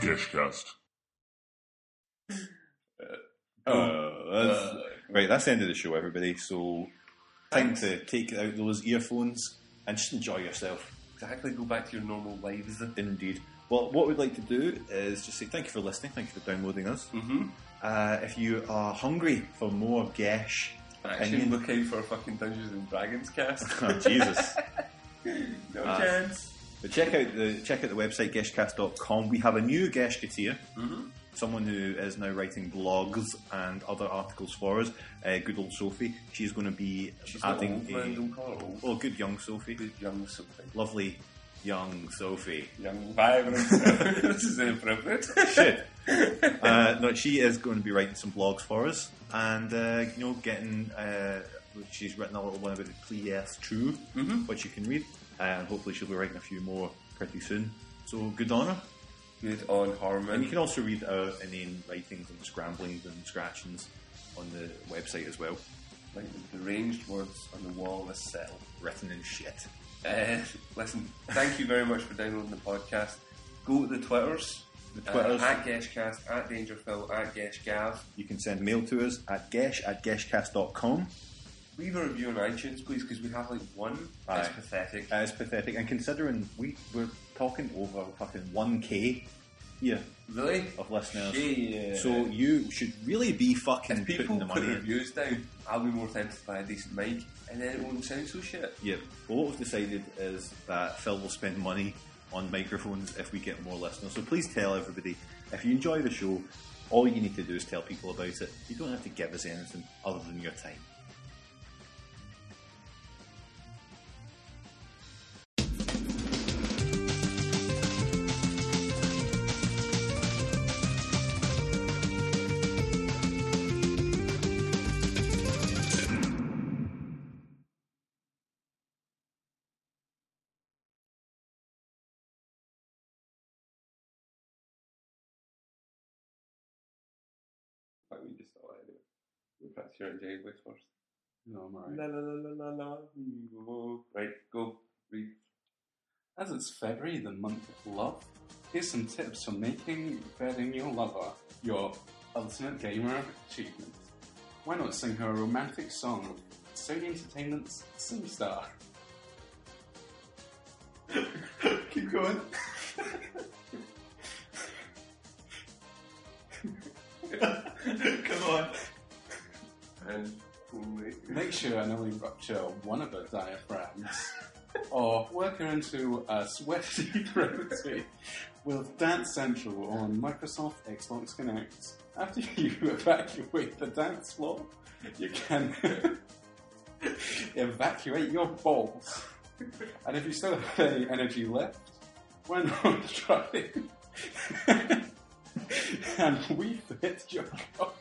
Dishcast.
Uh, that's,
Uh,
right, that's the end of the show, everybody. So, time to take out those earphones and just enjoy yourself.
exactly, go back to your normal lives.
Indeed. Well, what we'd like to do is just say thank you for listening, thank you for downloading us.
Mm-hmm.
Uh, if you are hungry for more Gesh
Actually,
opinion,
look out for a fucking Dungeons and Dragons cast.
*laughs* oh, Jesus.
*laughs* no
Uh,
chance.
But check out the check out the website geshcast.com. We have a new Geshketeer,
Mhm.
someone who is now writing blogs and other articles for us. Uh, good old Sophie. She's going to be
She's not
adding
old, man.
a
Don't call her old.
well, good young Sophie,
Good young something.
lovely young
*laughs*
Sophie.
young vibrant. this is inappropriate.
Shit. uh, no, she is going to be writing some blogs for us, and uh, you know, getting. Uh, she's written a little one about the Plies 2
Mhm.
which you can read, and hopefully she'll be writing a few more pretty soon. So good on her.
Good on
And you
Harmon.
can also read our inane writings and scramblings and scratchings on the website as well,
Like the deranged words on the wall of a cell.
written in shit.
Uh, listen, thank you very much for downloading the podcast. Go to the Twitters. The
Twitters.
Uh, at Geshcast, at Dangerfield, at Geshgav.
You can send mail to us at gesh at geshcast.com.
Leave a review on iTunes, please, because we have like one. That's
Aye. Uh,
pathetic.
It's pathetic. And considering we, we're talking over fucking 1k yeah,
Really?
of listeners.
Yeah.
So you should really be fucking
if people
putting the
put
money in.
reviews down, I'll be more tempted to buy a decent mic, and then it won't sound so shit.
Yeah. Well, what was decided is that Phil will spend money on microphones if we get more listeners. So please tell everybody if you enjoy the show, all you need to do is tell people about it. You don't have to give us anything other than your time.
But we just oh, thought anyway. We can't share it Jay with first.
No, I'm alright.
La la la la la la. Whoa. Right, go read.
As it's February, the month of love, here's some tips for making vetting your lover your ultimate gamer achievement. Why not sing her a romantic song with Sony Entertainment's SingStar?
*laughs*
Keep going.
Come on.
And only.
Make sure I only rupture one of her diaphragms, *laughs* or work her into a sweaty *laughs* frenzy with Dance Central on Microsoft Xbox Connect. After *laughs* you evacuate the dance floor, you can *laughs* evacuate your balls. And if you still have any energy left, why *laughs* not try and we fit your cock?